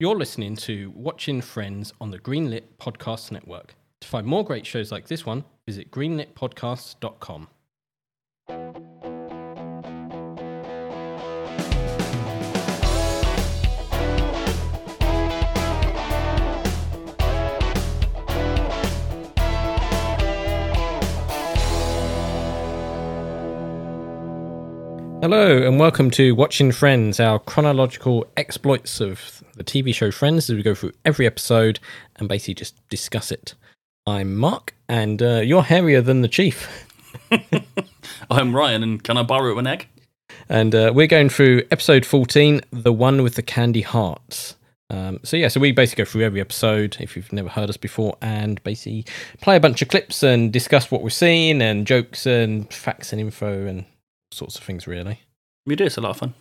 You're listening to Watching Friends on the Greenlit Podcast Network. To find more great shows like this one, visit greenlitpodcasts.com. Hello, and welcome to Watching Friends, our chronological exploits of the TV show Friends as we go through every episode and basically just discuss it. I'm Mark, and uh, you're hairier than the Chief. I'm Ryan, and can I borrow an egg? And uh, we're going through episode 14, the one with the candy hearts. Um, so, yeah, so we basically go through every episode, if you've never heard us before, and basically play a bunch of clips and discuss what we've seen and jokes and facts and info and sorts of things, really. We do. It's a lot of fun.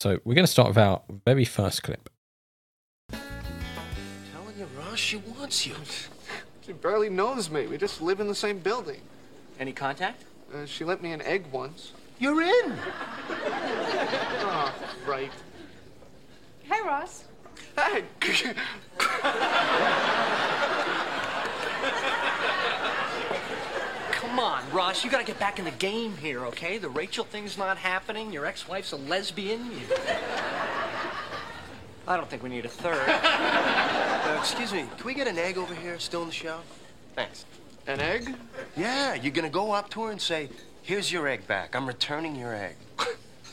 So, we're going to start with our very first clip. Telling you, Ross, she wants you. She barely knows me. We just live in the same building. Any contact? Uh, she lent me an egg once. You're in. Ah, right. Hey, Ross. Hey! Come on, Ross. You gotta get back in the game here, okay? The Rachel thing's not happening. Your ex-wife's a lesbian. You- I don't think we need a third. Uh, excuse me, can we get an egg over here still in the shell? Thanks. An egg? Yeah, you're gonna go up to her and say, here's your egg back. I'm returning your egg.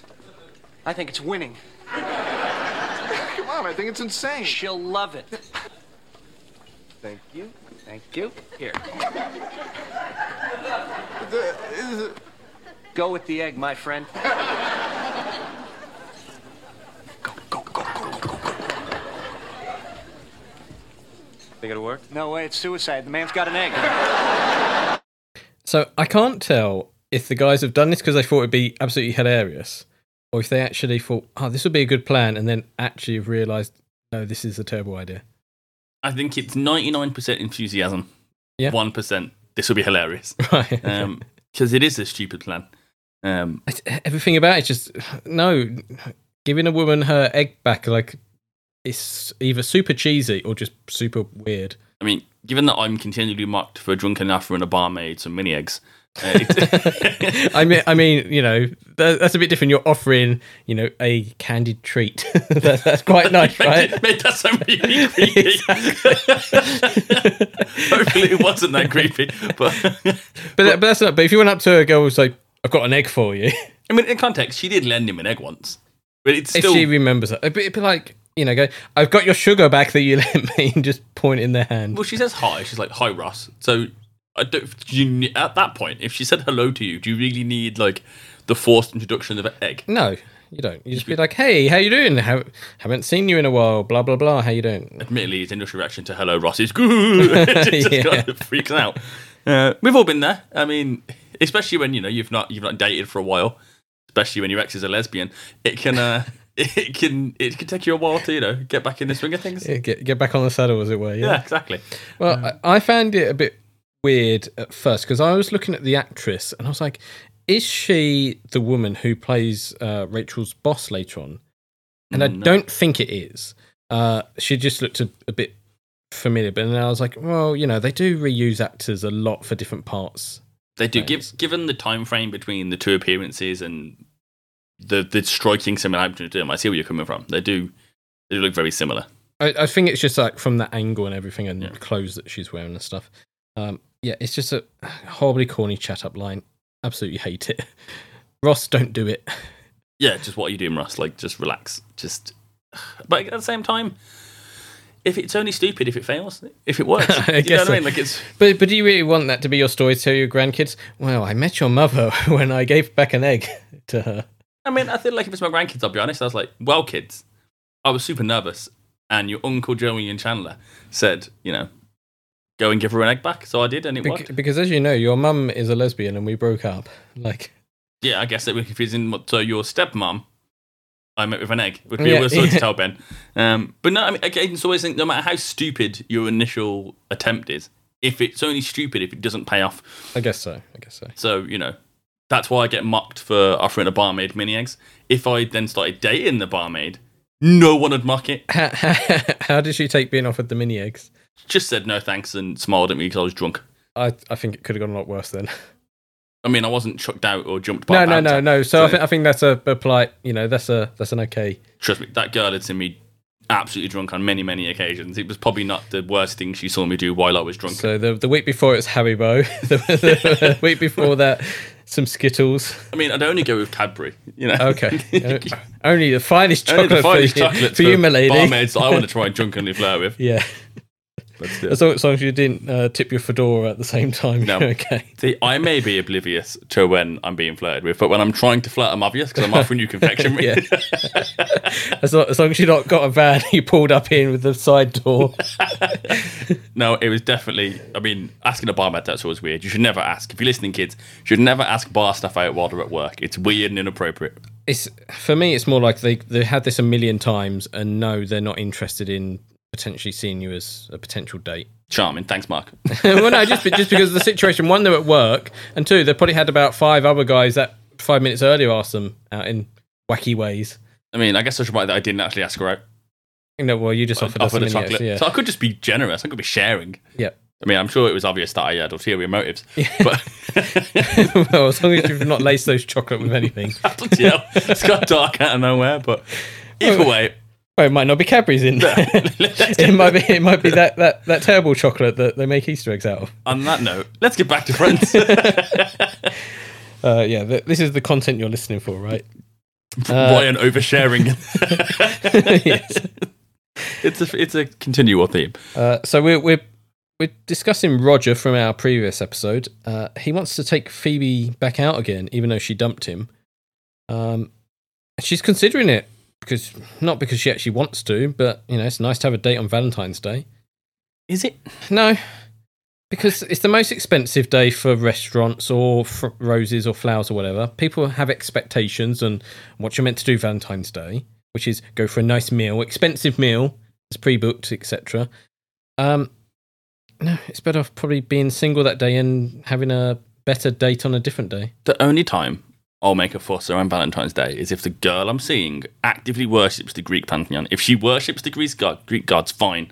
I think it's winning. Come on, I think it's insane. She'll love it. Thank you. Thank you. Here, The- is it- go with the egg, my friend. Think it'll work? No way, it's suicide. The man's got an egg. So I can't tell if the guys have done this because they thought it'd be absolutely hilarious, or if they actually thought, "Oh, this would be a good plan," and then actually have realised, "No, this is a terrible idea." I think it's 99% enthusiasm. Yeah. 1%. This will be hilarious. Right? Because it is a stupid plan. Um, It's- Everything about it's just no. Giving a woman her egg back like it's either super cheesy or just super weird. I mean, given that I'm continually mocked for a drunken laugher and a barmaid some mini eggs, uh, it's, I mean, I mean, you know, tha- that's a bit different. You're offering, you know, a candied treat. That- that's quite nice, right? made, made that sound really creepy. Hopefully, it wasn't that creepy. But But, but that's not. But if you went up to a girl who's like, "I've got an egg for you," I mean, in context, she did lend him an egg once. But it's if still. she remembers it. It'd be, it'd be like, you know, go, I've got your sugar back that you lent me, and just point in their hand. Well, she says hi. She's like, "Hi, Ross." So, I don't. Do you, ne- at that point, if she said hello to you, do you really need like the forced introduction of an egg? No, you don't. You just be like, hey, how you doing? How, haven't seen you in a while. Blah blah blah. How you doing? Admittedly, his initial reaction to "Hello, Ross" is "Goo," It just Yeah. kind of freaks out. Uh, we've all been there. I mean, especially when you know you've not you've not dated for a while, especially when your ex is a lesbian. It can. Uh, It can it can take you a while to you know get back in the swing of things. Yeah, Yeah, Get get back on the saddle, as it were. Yeah. exactly. Well, I, I found it a bit weird at first because I was looking at the actress and I was like, is she the woman who plays uh, Rachel's boss later on? And I No. don't think it is. Uh, she just looked a, a bit familiar, but then I was like, well, you know, they do reuse actors a lot for different parts. They do. Give, given the time frame between the two appearances and the the striking similarity to them, I see where you're coming from. They do they do look very similar. I, I think it's just like from that angle and everything and Yeah. clothes that she's wearing and stuff. Um, yeah, it's just a horribly corny chat up line. Absolutely hate it. Ross, don't do it. Yeah, just what are you doing, Russ? Like, just relax. Just, but at the same time, if it's only stupid, if it fails, if it works, I you know guess what I mean? so. Like, it's But but do you really want that to be your story to tell your grandkids? Well, I met your mother when I gave back an egg to her. I mean, I feel like if it's my grandkids, I'll be honest. I was like, well, kids, I was super nervous. And your uncle Joey and Chandler said, you know, go and give her an egg back. So I did, and it Bec- worked. because as you know, your mum is a lesbian and we broke up. Like Yeah, I guess that would be confusing. So your stepmom, I met with an egg, would be Yeah, a real story yeah. to tell Ben. Um, but no, I mean, again, it's always think no matter how stupid your initial attempt is, if it's only stupid, if it doesn't pay off. I guess so. I guess so. So, you know, that's why I get mocked for offering a barmaid mini eggs. If I then started dating the barmaid, No one would mock it. How, how, how did she take being offered the mini eggs? Just said no thanks and smiled at me because I was drunk. I, I think it could have gone a lot worse then. I mean, I wasn't chucked out or jumped by No, a no, no, banter. no. So I think I think that's a, a polite. You know, that's a that's an okay. Trust me, that girl had seen me absolutely drunk on many, many occasions. It was probably not the worst thing she saw me do while I was drunk. So the the week before it was Haribo. the, the week before that, some Skittles. I mean, I'd only go with Cadbury, you know. Okay, Uh, only the finest Only chocolate the finest for you, chocolates for you, my lady. barmaids that I want to try and drunkenly flirt with. Yeah, But, as long, as long as you didn't uh, tip your fedora at the same time. No. you're okay. See, I may be oblivious to when I'm being flirted with, but when I'm trying to flirt, I'm obvious because I'm offering you confectionery. Yeah. As long, as long as you not got a van, you pulled up in with the side door. No, it was definitely. I mean, asking a barmaid that's always weird. You should never ask. If you're listening, kids, you should never ask bar stuff out while they're at work. It's weird and inappropriate. it's for me it's more like they they had this a million times and no they're not interested in potentially seeing you as a potential date Charming. Thanks, Mark. well no just be- just because of the situation one they're at work and two they probably had about five other guys that five minutes earlier asked them out in wacky ways I mean, I guess I should write that I didn't actually ask her out. you know well you just offered, Offered, us a mini a chocolate. extra, yeah So I could just be generous. I could be sharing. yeah I mean, I'm sure it was obvious that I had ulterior motives. But well as long as you've not laced those chocolate with anything Bloody hell, it's got dark out of nowhere. But either way, well it might not be Cadbury's in there it might be it might be that, that that terrible chocolate that they make Easter eggs out of on that note, let's get back to friends. uh, yeah th- this is the content you're listening for right Ryan oversharing. yes it's a it's a continual theme. Uh, so we're we're we're discussing Roger from our previous episode. Uh, he wants to take Phoebe back out again, even though she dumped him. Um, she's considering it because not because she actually wants to, but you know it's nice to have a date on Valentine's Day. Is it? No, because it's the most expensive day for restaurants or fr- roses or flowers or whatever. People have expectations on what you're meant to do Valentine's Day, which is go for a nice meal, expensive meal, it's pre-booked, etc. Um, no, it's better off probably being single that day and having a better date on a different day. The only time I'll make a fuss around Valentine's Day is if the girl I'm seeing actively worships the Greek pantheon. If she worships the Greek god, Greek gods, fine.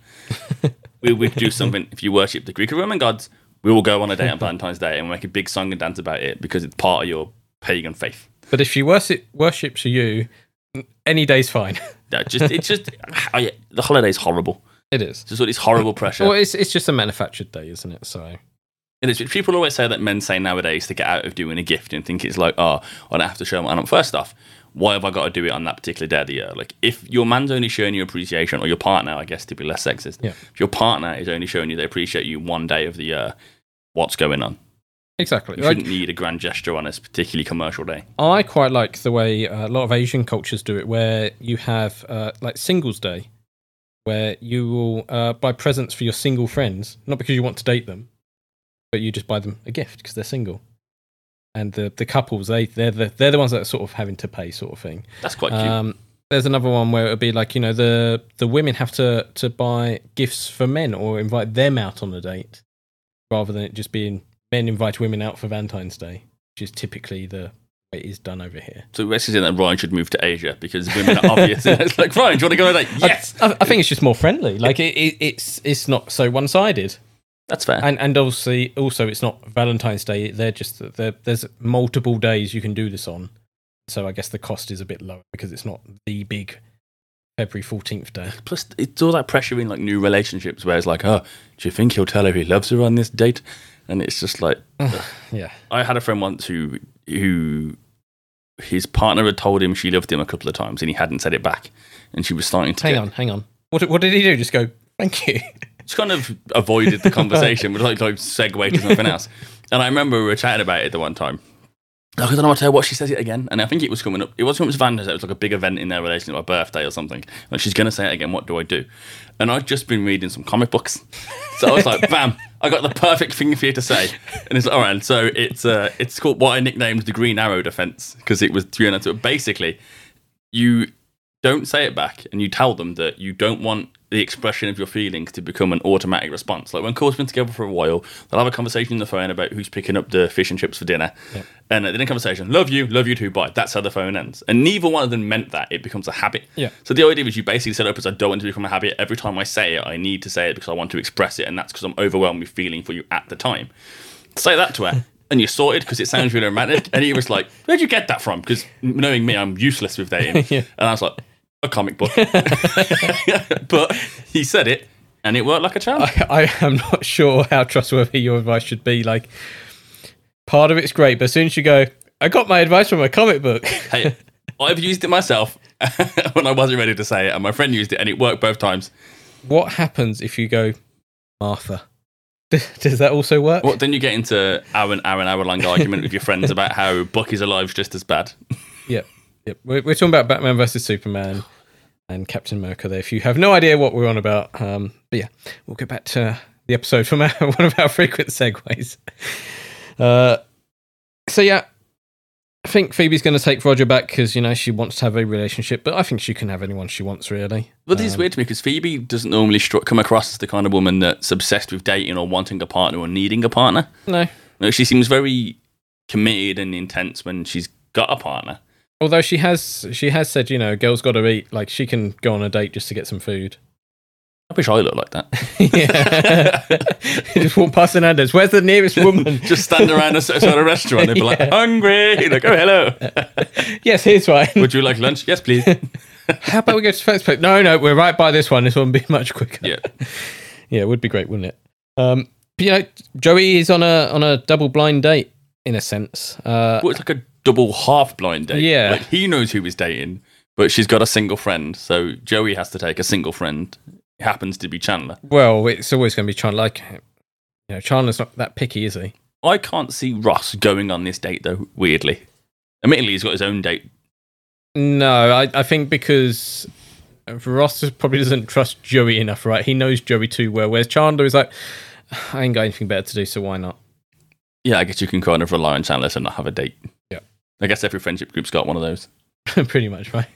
we would do something. If you worship the Greek or Roman gods, we will go on a date on Valentine's Day and we'll make a big song and dance about it because it's part of your pagan faith. But if she worship worships you, any day's fine. No, just it's just oh yeah, the holiday's horrible. it is. It's just all this horrible pressure. Well, it's it's just a manufactured day, isn't it? So It is. People always say that men say nowadays to get out of doing a gift and think it's like, oh, I don't have to show my. And first off, why have I got to do it on that particular day of the year? Like, if your man's only showing you appreciation, or your partner, I guess, to be less sexist, Yeah. if your partner is only showing you they appreciate you one day of the year, what's going on? exactly. You Like- shouldn't need a grand gesture on this particularly commercial day. I quite like the way uh, a lot of Asian cultures do it, where you have uh, like Singles Day, where you will uh, buy presents for your single friends, not because you want to date them, but you just buy them a gift because they're single. And the, the couples, they, they're, the, they're the ones that are sort of having to pay, sort of thing. That's quite cute. Um, there's another one where it would be like, you know, the, the women have to, to buy gifts for men or invite them out on a date rather than it just being men invite women out for Valentine's Day, which is typically the way it is done over here. so we're saying that Ryan should move to Asia because women are obvious. it's like, Ryan, do you want to go on a date? Yes. I, I think it's just more friendly. Like it, it, it's it's not so one sided, That's fair. and and obviously also it's not Valentine's Day. They're just they're, there's multiple days you can do this on, so I guess the cost is a bit lower because it's not the big February fourteenth day. Plus, it's all that pressure in like new relationships where it's like, oh, do you think he'll tell her he loves her on this date? And it's just like, Yeah, I had a friend once who who his partner had told him she loved him a couple of times and he hadn't said it back, and she was starting to hang get, on, hang on. What did- what did he do? Just go thank you. She kind of avoided the conversation, but like like segue to something else. And I remember we were chatting about it the one time. Like, I don't know what to tell her, what she says it again. And I think it was coming up. It wasn't it was Vander's. It was like a big event in their relationship, my birthday or something. Like she's gonna say it again. What do I do? And I'd just been reading some comic books, so I was like, "Bam! I got the perfect thing for you to say." And it's like, all right. So it's uh, it's called what I nicknamed the Green Arrow Defense because it was you know so basically you don't say it back and you tell them that you don't want the expression of your feelings to become an automatic response. Like when couples been together for a while, they'll have a conversation on the phone about who's picking up the fish and chips for dinner. And at the end of the conversation, love you, love you too, bye. That's how the phone ends. And neither one of them meant that. It becomes a habit. Yeah. So the idea is you basically set up as I don't want to become a habit. Every time I say it, I need to say it because I want to express it. And that's because I'm overwhelmed with feeling for you at the time. Say that to her. And you're sorted because it sounds really romantic. And he was like, Where'd you get that from? Because knowing me, I'm useless with dating. And I was like, A comic book but he said it and it worked like a charm. I am not sure how trustworthy your advice should be. Like, part of it's great, but as soon as you go, I got my advice from a comic book. hey, I've used it myself when I wasn't ready to say it, and my friend used it and it worked both times. what happens if you go, Martha? Does that also work? What then you get into hour and hour and hour long argument with your friends about how Bucky's alive's just as bad. Yep. Yep. We're, we're talking about Batman versus Superman and Captain America there. If you have no idea what we're on about, um, but yeah, we'll get back to the episode from our, one of our frequent segues. Uh, so yeah, I think Phoebe's going to take Roger back because, you know, she wants to have a relationship, but I think she can have anyone she wants, really. But this is weird to me because Phoebe doesn't normally stru- come across as the kind of woman that's obsessed with dating or wanting a partner or needing a partner. No. No, She seems very committed and intense when she's got a partner. Although she has, she has said, you know, a girl's got to eat. Like she can go on a date just to get some food. I wish I looked like that. Yeah. just walk past Hernandez. Where's the nearest woman? Just stand around a sort of restaurant and be like, hungry. You're like, oh, hello. yes, here's one. Would you like lunch? Yes, please. How about we go to first place? No, no, we're right by this one. This one would be much quicker. Yeah. Yeah, it would be great, wouldn't it? Um, but you know, Joey is on a on a double blind date in a sense. Uh, Well, it's like a double half blind date. Yeah. Like he knows who he's dating, but she's got a single friend. So Joey has to take a single friend. It happens to be Chandler. well, it's always going to be Chandler. Like, you know, Chandler's not that picky, is he? I can't see Ross going on this date, though, weirdly. Admittedly, he's got his own date. No, I, I think because Ross just probably doesn't trust Joey enough, right? He knows Joey too well. Whereas Chandler is like, I ain't got anything better to do, so why not? Yeah, I guess you can kind of rely on Chandler to not have a date. Yeah. I guess every friendship group's got one of those. Pretty much, right?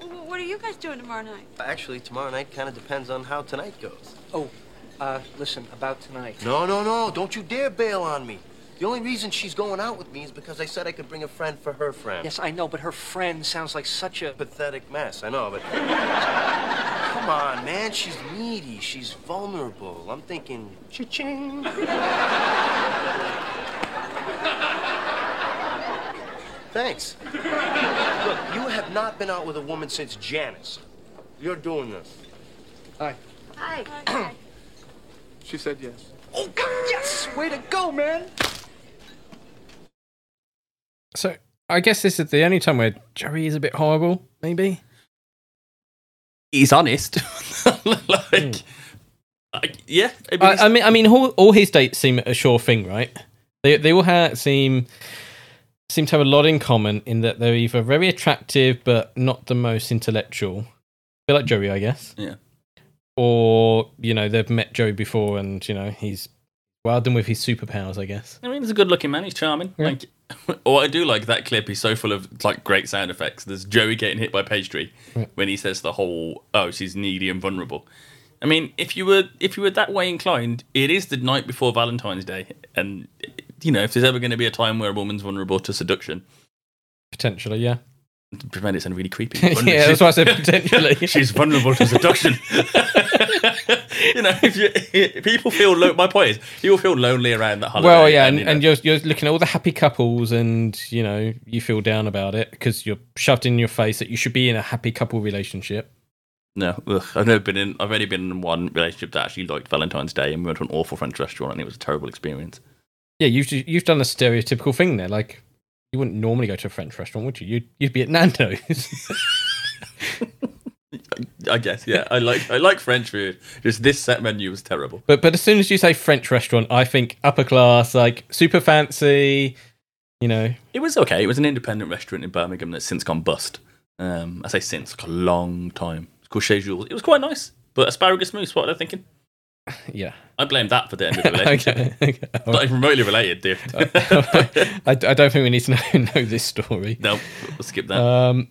Wh- What are you guys doing tomorrow night? Actually, tomorrow night kind of depends on how tonight goes. Oh, uh, listen, about tonight. No, no, no. Don't you dare bail on me. The only reason she's going out with me is because I said I could bring a friend for her friend. Yes, I know, but her friend sounds like such a. Pathetic mess, I know, but. Come on, man. She's needy. She's vulnerable. I'm thinking, cha-ching. Thanks. Look, you have not been out with a woman since Janice. You're doing this. Hi. Hi. She said yes. Oh, yes! Way to go, man! So I guess this is the only time where Joey is a bit horrible, maybe. He's honest. like, I- yeah. Hmm. I mean, it's- I, I mean, I mean, all, all his dates seem a sure thing, right? They they all ha- seem seem to have a lot in common in that they're either very attractive but not the most intellectual, a bit like Joey, I guess. Yeah. Or you know they've met Joey before, and you know he's wild and with his superpowers, I guess. I mean, he's a good looking man. He's charming. Like, what I do like that clip. He's so full of like great sound effects. There's Joey getting hit by pastry when he says the whole, "Oh, she's needy and vulnerable." I mean, if you were if you were that way inclined, it is the night before Valentine's Day, and you know, if there's ever going to be a time where a woman's vulnerable to seduction, Potentially, yeah. prevent it sound really creepy. yeah, that's why I said potentially. She's vulnerable to seduction. you know, if you if people feel lo- my point is people feel lonely around that holiday. Well, yeah, and, you know, and you're, you're looking at all the happy couples, and you know you feel down about it because you're shoved in your face that you should be in a happy couple relationship. No, ugh, I've never been in. I've only been in one relationship that actually liked Valentine's Day, and we went to an awful French restaurant, and it was a terrible experience. Yeah, you've you've done a stereotypical thing there. Like you wouldn't normally go to a French restaurant, would you? You'd you'd be at Nando's. I guess, yeah, I like I like French food. Just this set menu was terrible. but but as soon as you say French restaurant, I think upper class, like super fancy. You know, It was okay. It was an independent restaurant in Birmingham that's since gone bust. Um, I say since like a long time. It's called Chez Jules. It was quite nice, but asparagus mousse. What are they thinking? yeah. I blame that for the end of the relationship. Okay. okay. It's Not even remotely related, dude. I, I don't think we need to know, know this story. no, we'll skip that. Um,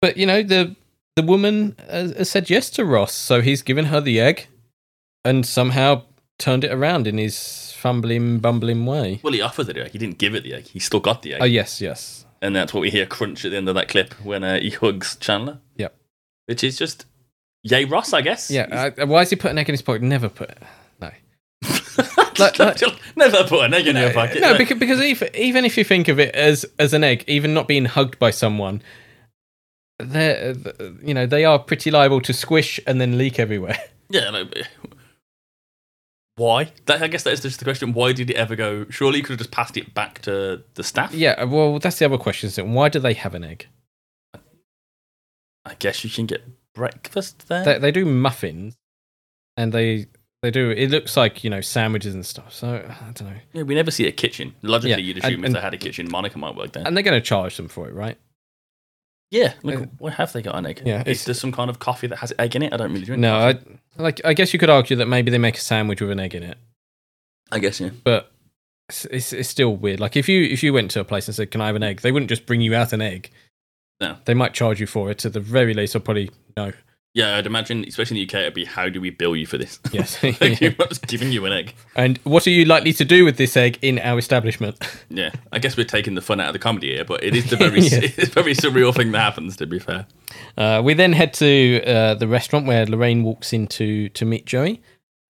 but you know the the woman has, has said yes to Ross, so he's given her the egg, and somehow turned it around in his fumbling, bumbling way. Well, he offered it the egg. He didn't give it the egg. He still got the egg. Oh yes, yes, and that's what we hear crunch at the end of that clip when uh, he hugs Chandler. Yep. Which is just, yay, Ross, I guess. He's- yeah. Uh, why is he putting egg in his pocket? Never put. No. Just like- like- never put an egg in your pocket. Uh, No, like- because, because even, even if you think of it as as an egg, even not being hugged by someone, they you know they are pretty liable to squish and then leak everywhere. yeah, no, but- why? That, I guess that is just the question. Why did it ever go? Surely you could have just passed it back to the staff. yeah, well, that's the other question. Isn't it? Why do they have an egg? I guess you can get breakfast there. They, they do muffins, and they they do. It looks like you know sandwiches and stuff. So I don't know. Yeah, we never see a kitchen. Logically, Yeah, you'd and- assume if and- they had a kitchen, Monica might work there. And they're going to charge them for it, right? yeah, look, uh, where have they got an egg? yeah, is it's- there some kind of coffee that has egg in it? I don't really drink. No, coffee. I like. I guess you could argue that maybe they make a sandwich with an egg in it. I guess yeah. but it's, it's it's still weird. Like if you if you went to a place and said, "Can I have an egg?" They wouldn't just bring you out an egg. No. they might charge you for it. At the very least, I'll probably no. Yeah, I'd imagine, especially in the UK, it'd be how do we bill you for this? Yes. Thank you. That's giving you an egg. And what are you likely to do with this egg in our establishment? Yeah, I guess we're taking the fun out of the comedy here, but it is the very, Yeah. it's very surreal thing that happens. To be fair, Uh, we then head to uh, the restaurant where Lorraine walks in to to meet Joey,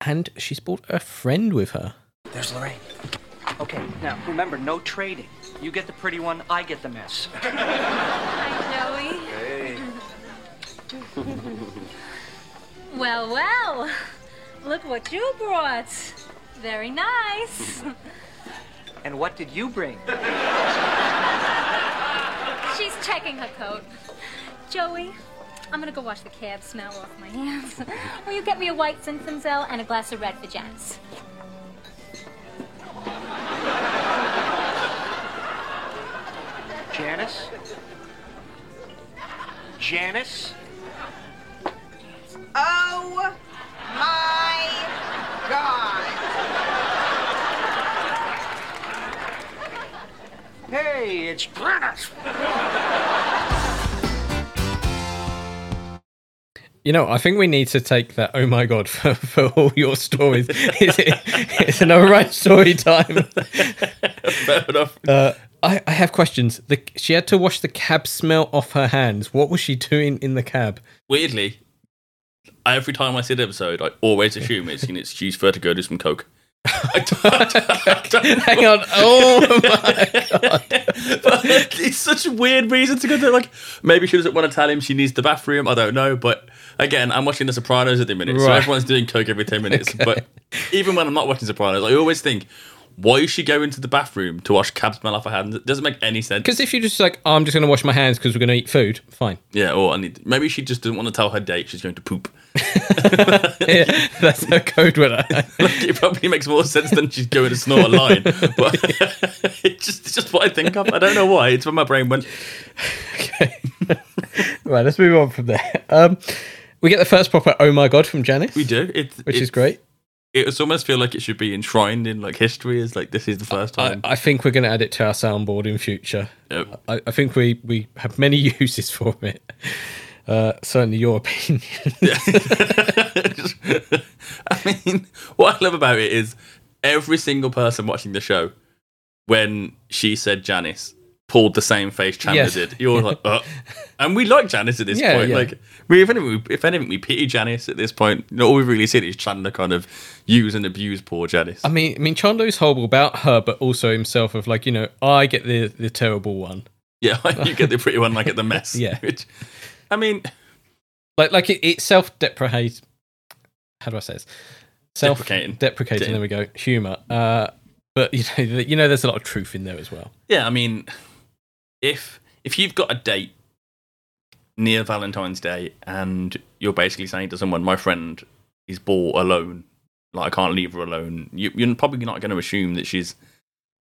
and she's brought a friend with her. There's Lorraine. Okay, now remember, no trading. You get the pretty one, I get the mess. Hi, Joey. well, well. Look what you brought. Very nice. And what did you bring? She's checking her coat. Joey, I'm gonna go wash the cab smell off my hands. Will you get me a white Zinfandel and a glass of red for Janice? Janice? Janice? Oh my God. Hey, it's Janice! You know, I think we need to take that. Oh my god, for, for all your stories, it's, it's an alright story time. fair enough. Uh, I, I have questions. The, she had to wash the cab smell off her hands. What was she doing in the cab? Weirdly, every time I see the episode, I always assume it's an excuse for her to go do some coke. I don't- I don't know. Hang on. Oh my! but it's such a weird reason to go there. Like, maybe she doesn't want to tell him she needs the bathroom. I don't know. But again, I'm watching The Sopranos at the minute, so Right. everyone's doing coke every ten minutes. But even when I'm not watching Sopranos, I always think, why is she going to the bathroom to wash cab smell off her hands? It doesn't make any sense. Because if you just like, I'm just going to wash my hands because we're going to eat food. Fine. Yeah, or I need. Maybe she just doesn't want to tell her date she's going to poop. Yeah, that's her code word. it probably makes more sense than she's going to snort a line. But it's just it's just what I think of. I don't know why. It's when my brain went. right. Let's move on from there. Um, we get the first proper "Oh my god" from Janice, We do. It's which is it's- great. It was almost feel like it should be enshrined in like history. As like this is the first I, time. Um, I think we're going to add it to our soundboard in future. Yeah. I, I think we we have many uses for it. Uh, certainly, your opinion. I mean, what I love about it is every single person watching the show, when she said Janice, pulled the same face Chandler Yes. did. You're like, uh and we like Janice at this Yeah, point. yeah. Like, we if anything, we, if anything, we pity Janice at this point. You know, all we've really seen is Chandler kind of use and abuse poor Janice. I mean, I mean, Chando's horrible about her, but also himself. Of like, you know, I get the the terrible one. yeah, you get the pretty one, I get the mess. Yeah. Which, I mean, Like, like it, it's self deprecate. How do I say this? Self Deprecating. deprecating. There we go. Humor. Uh, but you know, th- you know, there's a lot of truth in there as well. yeah, I mean, if if you've got a date near Valentine's Day and you're basically saying to someone, "My friend is bored alone, like I can't leave her alone," you, you're probably not going to assume that she's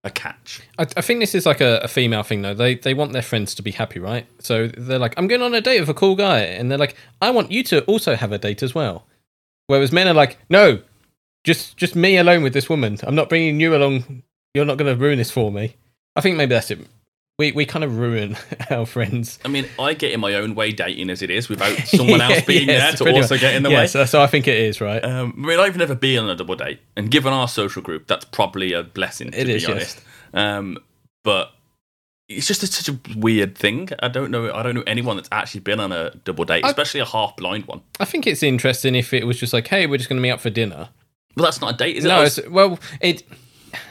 a catch. I, I think this is like a, a female thing though. They they want their friends to be happy, right? So they're like, I'm going on a date with a cool guy, and they're like, I want you to also have a date as well. Whereas men are like, no, just just me alone with this woman. I'm not bringing you along. You're not going to ruin this for me. I think maybe that's it. We we kind of ruin our friends. I mean, I get in my own way dating as it is without someone else being Yes, there to pretty also much. get in the Yeah, way. So, so I think it is right. Um, I mean, I've never been on a double date, and given our social group, that's probably a blessing to It be is, yes. honest. Um, but it's just a, such a weird thing. I don't know. I don't know anyone that's actually been on a double date, I- especially a half blind one. I think it's interesting if it was just like, hey, we're just going to meet up for dinner. But that's not a date, is it? I No, was, it's, well, it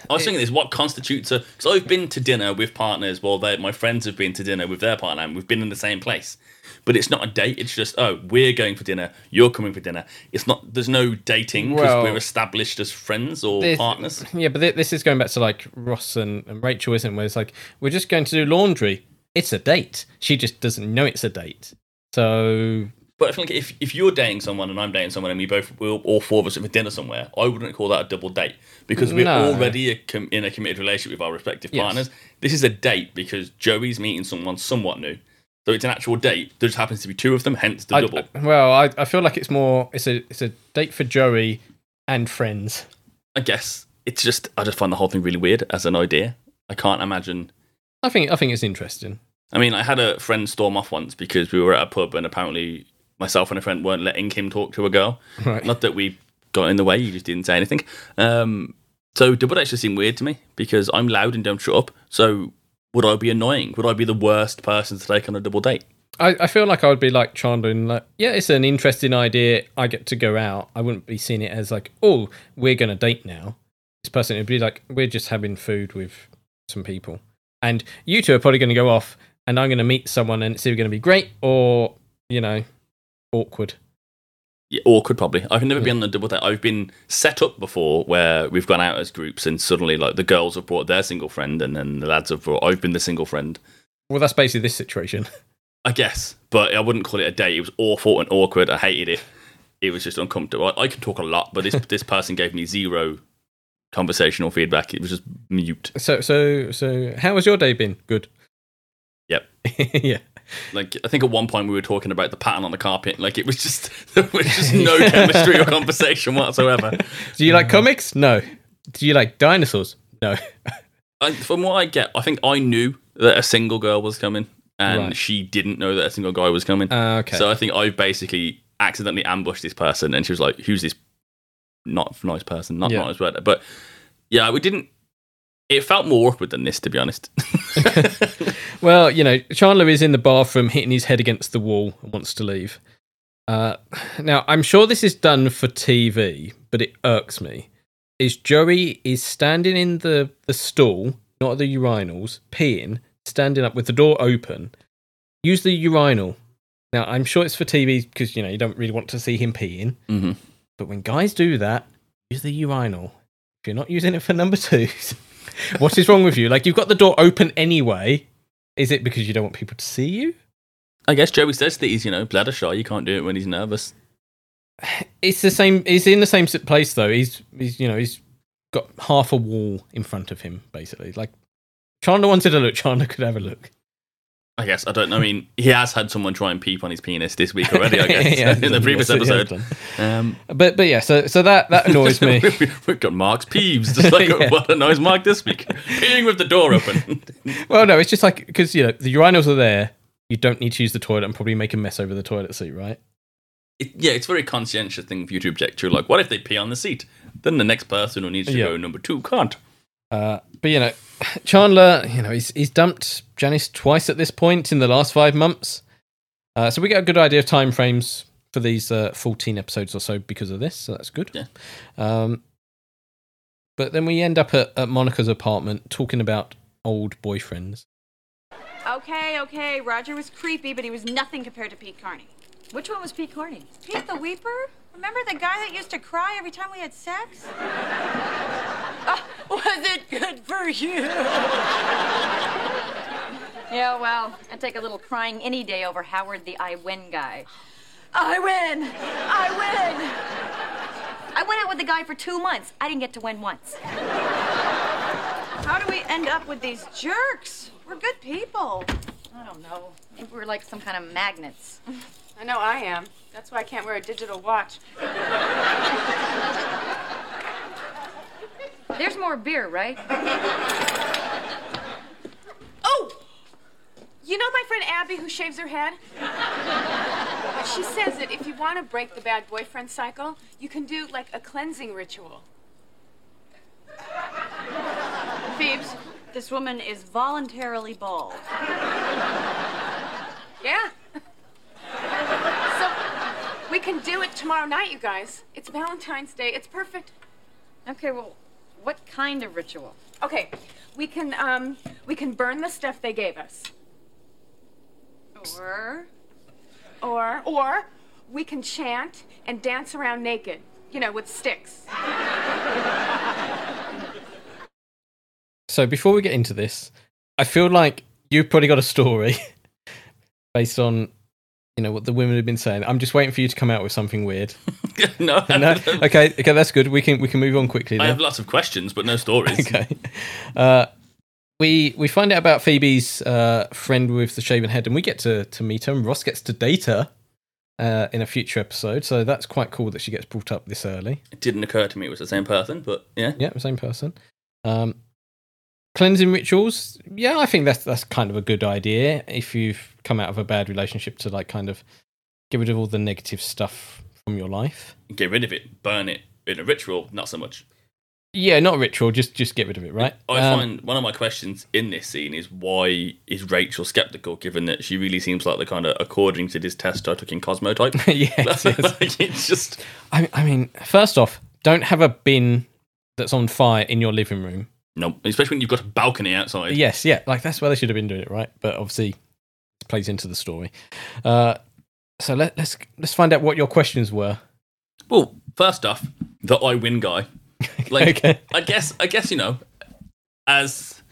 I was thinking this: what constitutes a? Because I've been to dinner with partners. Well, they- my friends have been to dinner with their partner, and we've been in the same place. But it's not a date. It's just oh, we're going for dinner. You're coming for dinner. It's not. There's no dating because Well, we're established as friends or this- partners. Yeah, but thi- this is going back to like Ross and, and Rachel, isn't it? Where it's like, we're just going to do laundry. It's a date. She just doesn't know it's a date. So, But I think if, if you're dating someone and I'm dating someone and we both we all all four of us are for dinner somewhere, I wouldn't call that a double date because we're No. already a com- in a committed relationship with our respective Yes. partners. This is a date because Joey's meeting someone somewhat new, so it's an actual date. There just happens to be two of them, hence the I, double. I, well, I, I feel like it's more, it's a, it's a date for Joey and friends. guess it's just I just find the whole thing really weird as an idea. I can't imagine. I think, I think it's interesting. I mean, I had a friend storm off once because we were at a pub and apparently myself and a friend weren't letting him talk to a girl. Right. Not that we got in the way, you just didn't say anything. Um, so double dates just seem weird to me because I'm loud and don't shut up. So would I be annoying? Would I be the worst person to take on a double date? I, I feel like I would be like Chandler and like, yeah, it's an interesting idea. I get to go out. I wouldn't be seeing it as like, oh, we're going to date now. This person would be like, we're just having food with some people. And you two are probably going to go off and I'm going to meet someone and it's either going to be great or, you know, awkward. Yeah, awkward probably. I've never been on a double date. I've been set up before where we've gone out as groups and suddenly like the girls have brought their single friend and then the lads have brought I've been the single friend. Well, that's basically this situation. I guess, but I wouldn't call it a date. It was awful and awkward. I hated it. It was just uncomfortable. I, I can talk a lot, but this this person gave me zero conversational feedback. It was just mute. So, so, so, how has your day been? Good. Yep. yeah. Like I think at one point we were talking about the pattern on the carpet. Like it was just there was just no chemistry or conversation whatsoever. Do you like comics? No. Do you like dinosaurs? No. I, from what I get, I think I knew that a single girl was coming, and Right. she didn't know that a single guy was coming. Ah, okay. So I think I basically accidentally ambushed this person, and she was like, "Who's this not nice person? Not Yeah. nice word." But yeah, we didn't. It felt more awkward than this, to be honest. Well, you know, Chandler is in the bathroom hitting his head against the wall and wants to leave. Uh, now, I'm sure this is done for TV, but it irks me. Is Joey is standing in the, the stall, not at the urinals, peeing, standing up with the door open. Use the urinal. Now, I'm sure it's for TV because, you know, you don't really want to see him peeing. Mhm. But when guys do that, use the urinal. If you're not using it for number twos, what is wrong with you? Like, you've got the door open anyway. Is it because you don't want people to see you? I guess Joey says that he's you know bladder shy. You can't do it when he's nervous. It's the same. He's in the same s- place though. He's he's you know he's got half a wall in front of him basically. Like Chandler wanted a look. Chandler could have a look. I guess I don't. I mean, he has had someone try and peep on his penis this week already. I guess in the previous yes, he has episode. Um, But but yeah. So so that that annoys me. We've got Mark's peeves, just like Yeah. what annoys Mark this week. Peeing with the door open. Well, no, it's just like because you know the urinals are there. You don't need to use the toilet and probably make a mess over the toilet seat, right? it, yeah, it's a very conscientious thing for you to object to. Like, what if they pee on the seat? Then the next person who needs to Yeah. go number two can't. Uh, but you know, Chandler, you know, he's he's dumped Janice twice at this point in the last five months. Uh, so we get a good idea of time frames for these uh, fourteen episodes or so because of this. So that's good. Yeah. Um, but then we end up at, at Monica's apartment talking about old boyfriends. Okay, okay. Roger was creepy, but he was nothing compared to Pete Carney. Which one was Pete Carney? Pete the Weeper? Remember the guy that used to cry every time we had sex? oh, was it good for you? yeah, well, I'd take a little crying any day over Howard the I Win guy. I win! I win! I went out with the guy for two months. I didn't get to win once. How do we end up with these jerks? We're good people. I don't know. I think we were like some kind of magnets. I know I am. That's why I can't wear a digital watch. There's more beer, right? Oh! You know my friend Abby who shaves her head? she says that if you want to break the bad boyfriend cycle, you can do like a cleansing ritual. Phoebes, This woman is voluntarily bald. yeah. so we can do it tomorrow night, you guys. It's Valentine's Day. It's perfect. Okay, well, what kind of ritual? Okay, we can um we can burn the stuff they gave us. Or Or or we can chant and dance around naked, you know, with sticks. So before we get into this, I feel like you've probably got a story based on you know what the women have been saying. I'm just waiting for you to come out with something weird. no, No, okay, okay, that's good. We can we can move on quickly. I Then. have lots of questions, but no stories. okay. Uh, we we find out about Phoebe's uh, friend with the shaven head, and we get to to meet her. And Ross gets to date her uh, in a future episode, so that's quite cool that she gets brought up this early. It didn't occur to me it was the same person, but yeah. Yeah, same person. Um, cleansing rituals. Yeah, I think that's that's kind of a good idea if you've come out of a bad relationship to like kind of get rid of all the negative stuff from your life. Get rid of it, burn it in a ritual, not so much. Yeah, not a ritual. Just just get rid of it, right? I Um, find one of my questions in this scene is why is Rachel skeptical, given that she really seems like the kind of, according to this test I took in Cosmo type. yes, yes. Like, it's just I, I mean, first off, don't have a bin that's on fire in your living room. no, especially when you've got a balcony outside. Yes, yeah, like that's where they should have been doing it, right? But obviously, it plays into the story. Uh, so let, let's let's find out what your questions were. Well, first off, the I win guy. Like, Okay. I guess, I guess you know, as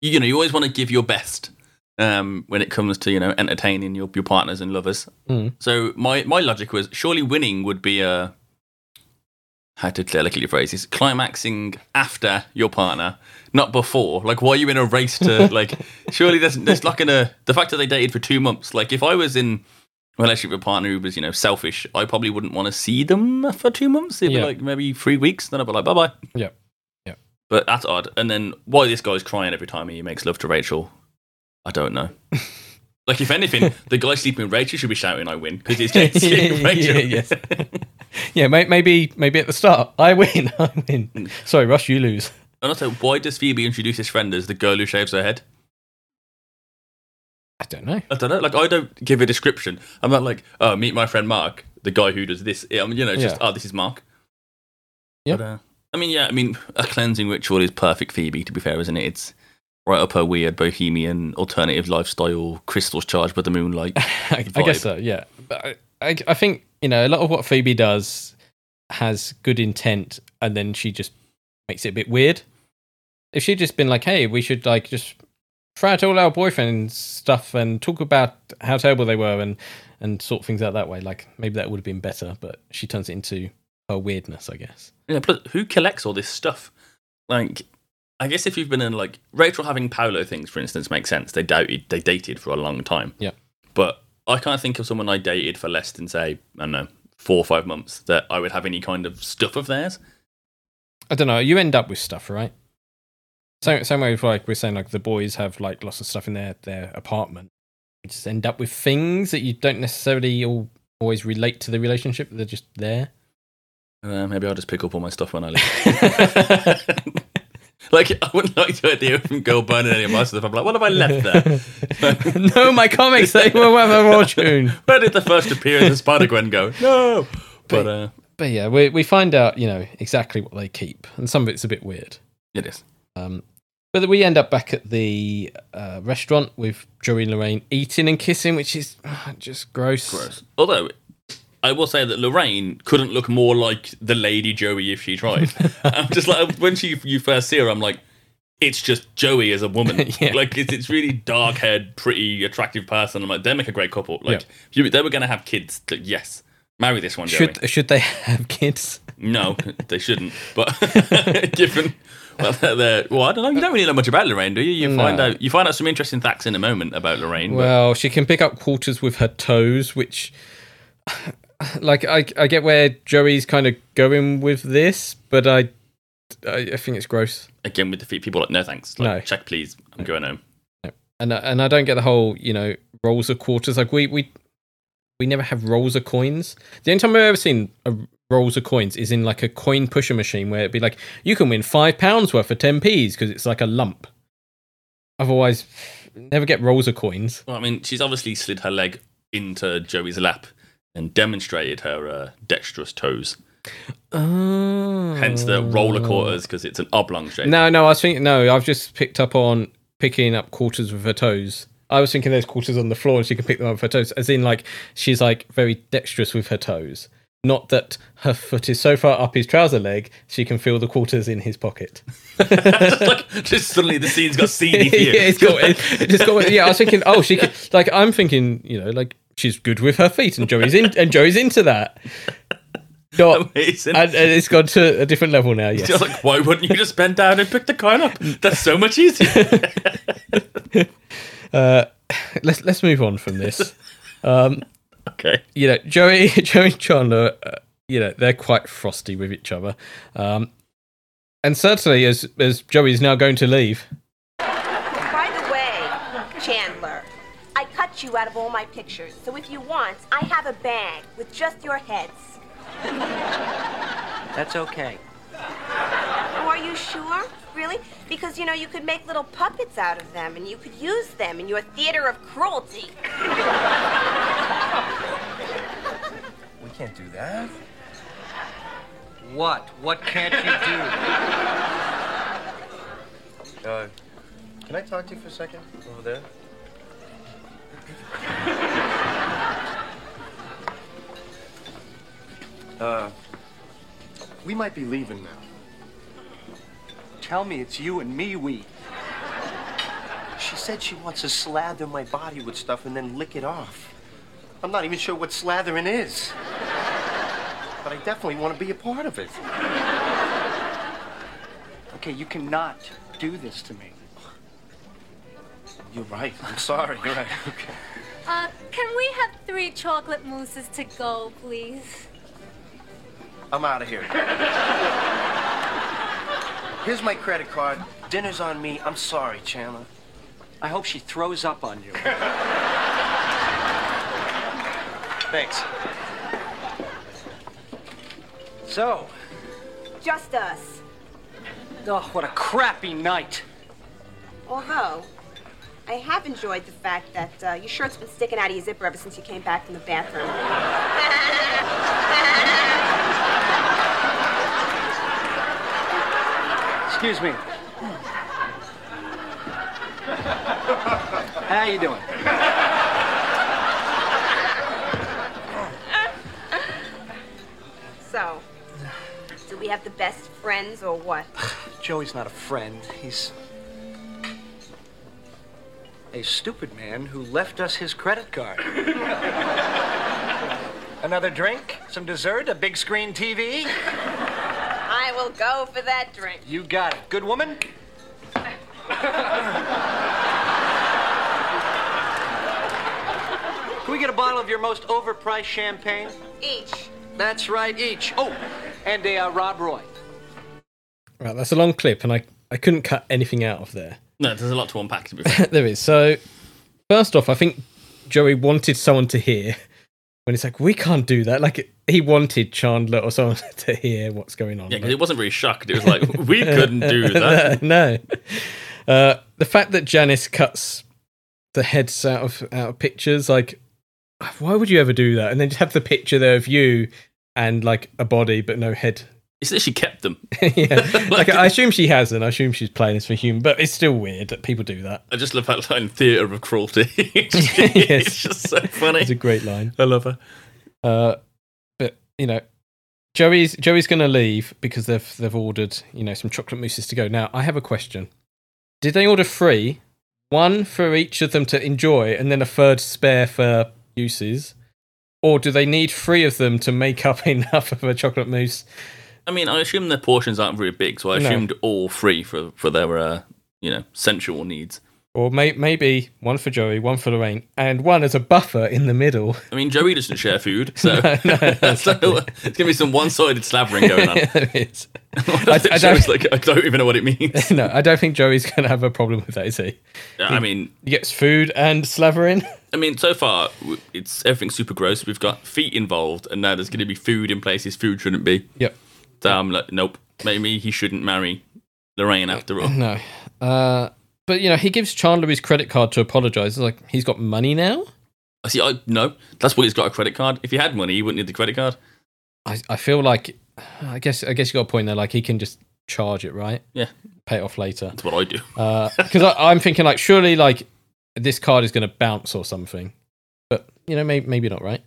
you know, you always want to give your best um, when it comes to you know entertaining your, your partners and lovers. Mm. So my my logic was surely winning would be a how to clearly phrase this climaxing after your partner, not before. Like, why are you in a race to like? surely there's there's not gonna the fact that they dated for two months. Like, if I was in a relationship with a partner who was you know selfish, I probably wouldn't want to see them for two months. It'd Yeah. be like maybe three weeks. Then I'd be like, bye bye. Yeah. But that's odd. And then why this guy's crying every time he makes love to Rachel, I don't know. like, if anything, the guy sleeping with Rachel should be shouting, I win, because he's sleeping with Rachel. Yeah, yes. Yeah, may, maybe maybe at the start, I win, I win. Sorry, Rush, you lose. And also, why does Phoebe introduce his friend as the girl who shaves her head? I don't know. I don't know. Like, I don't give a description. I'm not like, oh, meet my friend Mark, the guy who does this. I mean, you know, it's just, Yeah. oh, this is Mark. Yeah. But, uh, I mean, yeah, I mean, a cleansing ritual is perfect Phoebe, to be fair, isn't it? It's right up her weird bohemian alternative lifestyle, crystals charged by the moonlight. I, I vibe. guess so. Yeah, but I, I I think you know a lot of what Phoebe does has good intent, and then she just makes it a bit weird. If she'd just been like, "Hey, we should like just throw out all our boyfriend stuff and talk about how terrible they were and and sort things out that way," like maybe that would have been better. But she turns it into her weirdness, I guess. Yeah, plus who collects all this stuff? Like, I guess if you've been in like Rachel having Paolo things, for instance, makes sense. They dated, they dated for a long time. Yeah. But I can't think of someone I dated for less than say I don't know four or five months that I would have any kind of stuff of theirs. I don't know. You end up with stuff, right? Same same way with like we're saying, like the boys have like lots of stuff in their their apartment. You just end up with things that you don't necessarily all always relate to the relationship. They're just there. Uh, maybe I'll just pick up all my stuff when I leave. like I wouldn't like the idea of a girl burning any of my stuff. I'm like, what have I left there? no, my comics they were worth a fortune. Where did the first appearance of Spider Gwen go? No. But uh, But yeah, we we find out you know exactly what they keep, and some of it's a bit weird. it is. Um, but we end up back at the uh, restaurant with Joey and Lorraine eating and kissing, which is uh, just gross. Gross. Although I will say that Lorraine couldn't look more like the Lady Joey if she tried. I'm just like when she you first see her, I'm like, it's just Joey as a woman. Yeah. Like it's, it's really dark haired, pretty attractive person. I'm like, they make a great couple. Like Yeah. if you, they were gonna have kids. Like, yes, marry this one, Joey. Should should they have kids? No, they shouldn't. But given. Well, they're- they're, well, I don't know. You don't really know much about Lorraine, do you? You No. find out you find out some interesting facts in a moment about Lorraine. but- Well, she can pick up quarters with her toes, which, like, I I get where Joey's kind of going with this, but I I, I think it's gross. again with the feet, people are like, no thanks. Like, No. Check, please. I'm going home. and I- and I don't get the whole you know rolls of quarters. Like we we we never have rolls of coins. The only time I've ever seen a rolls of coins is in like a coin pusher machine where it'd be like you can win five pounds worth of ten p's because it's like a lump. Otherwise, never get rolls of coins. Well, I mean, she's obviously slid her leg into Joey's lap and demonstrated her uh, dexterous toes. Oh. Hence the roller quarters because it's an oblong shape. No, no, I was thinking. No, I've just picked up on picking up quarters with her toes. I was thinking there's quarters on the floor and she can pick them up with her toes, as in like she's like very dexterous with her toes. Not that her foot is so far up his trouser leg she can feel the quarters in his pocket. just like just suddenly the scene's got seedy yeah, for you. it's got, it, it just got. Yeah, I was thinking. Oh, she could, like I'm thinking. You know, like she's good with her feet, and Joey's in, and Joey's into that. Dot, Amazing. and, and it's gone to a different level now. Yes. Just like, why wouldn't you just bend down and pick the coin up? That's so much easier. let's let's move on from this. okay. you know, Joey, Joey and Chandler, uh, you know, they're quite frosty with each other. Um, and certainly, as as Joey's now going to leave, By the way, Chandler, I cut you out of all my pictures, so if you want, I have a bag with just your heads. That's okay. Oh, are you sure? Really? Because, you know, you could make little puppets out of them, and you could use them in your theater of cruelty. We can't do that. What? What can't you Uh, can I talk to you for a second over there? uh, we might be leaving now. do? Tell me it's you and me we. She said she wants to slather my body with stuff and then lick it off. I'm not even sure what slathering is. But I definitely want to be a part of it. Okay, you cannot do this to me. You're right. I'm sorry. You're right. Okay. Uh, can we have three chocolate mousses to go, please? I'm out of here. Here's my credit card. Dinner's on me. I'm sorry, Chandler. I hope she throws up on you. Thanks. So, Just us. oh, what a crappy night. Although, I have enjoyed the fact that uh, your shirt's been sticking out of your zipper ever since you came back from the bathroom. Excuse me. How you doing? So, do we have the best friends or what? Joey's not a friend. He's a stupid man who left us his credit card. Another drink? Some dessert? A big screen TV? I will go for that drink. You got it. Good woman? Can we get a bottle of your most overpriced champagne? Each. That's right, each. Oh, and a uh, Rob Roy. right, that's a long clip, and I I couldn't cut anything out of there. No, there's a lot to unpack to be fair. there is. So, first off, I think Joey wanted someone to hear when it's like we can't do that. Like he wanted Chandler or someone to hear what's going on. Yeah, right? 'cause it wasn't very shocked. It was like, we couldn't do that. no. Uh, the fact that Janice cuts the heads out of out of pictures, like, why would you ever do that? And then just have the picture there of you and like a body but no head. It's that she kept them. yeah, like, I assume she hasn't. I assume she's playing this for human, but it's still weird that people do that. I just love that line, theatre of cruelty. it's just so funny. It's a great line. I love her. Uh, but you know, Joey's Joey's going to leave because they've they've ordered you know some chocolate mousses to go. Now I have a question: Did they order three, one for each of them to enjoy, and then a third spare for uses, or do they need three of them to make up enough of a chocolate mousse? I mean, I assume their portions aren't very big, so I No. assumed all three for, for their, uh, you know, sensual needs. Or may, maybe one for Joey, one for Lorraine, and one as a buffer in the middle. I mean, Joey doesn't share food, so, so it's going to be some one sided slavering going on. There is. I, I Joey's don't- like, I don't even know what it means. No, I don't think Joey's going to have a problem with that, is he? I mean, He gets food and slavering. I mean, so far w- it's everything's super gross. We've got feet involved, and now there's going to be food in places food shouldn't be. Yep. So I'm like, nope. Maybe he shouldn't marry Lorraine after all. No. Uh, but, you know, he gives Chandler his credit card to apologize. It's like, he's got money now? I see. I no. That's why he's got a credit card. If he had money, he wouldn't need the credit card. I, I feel like, I guess, I guess you got a point there. Like, he can just charge it, right? Yeah, Pay it off later. that's what I do. because I I'm thinking like surely like this card is going to bounce or something, but you know maybe maybe not right.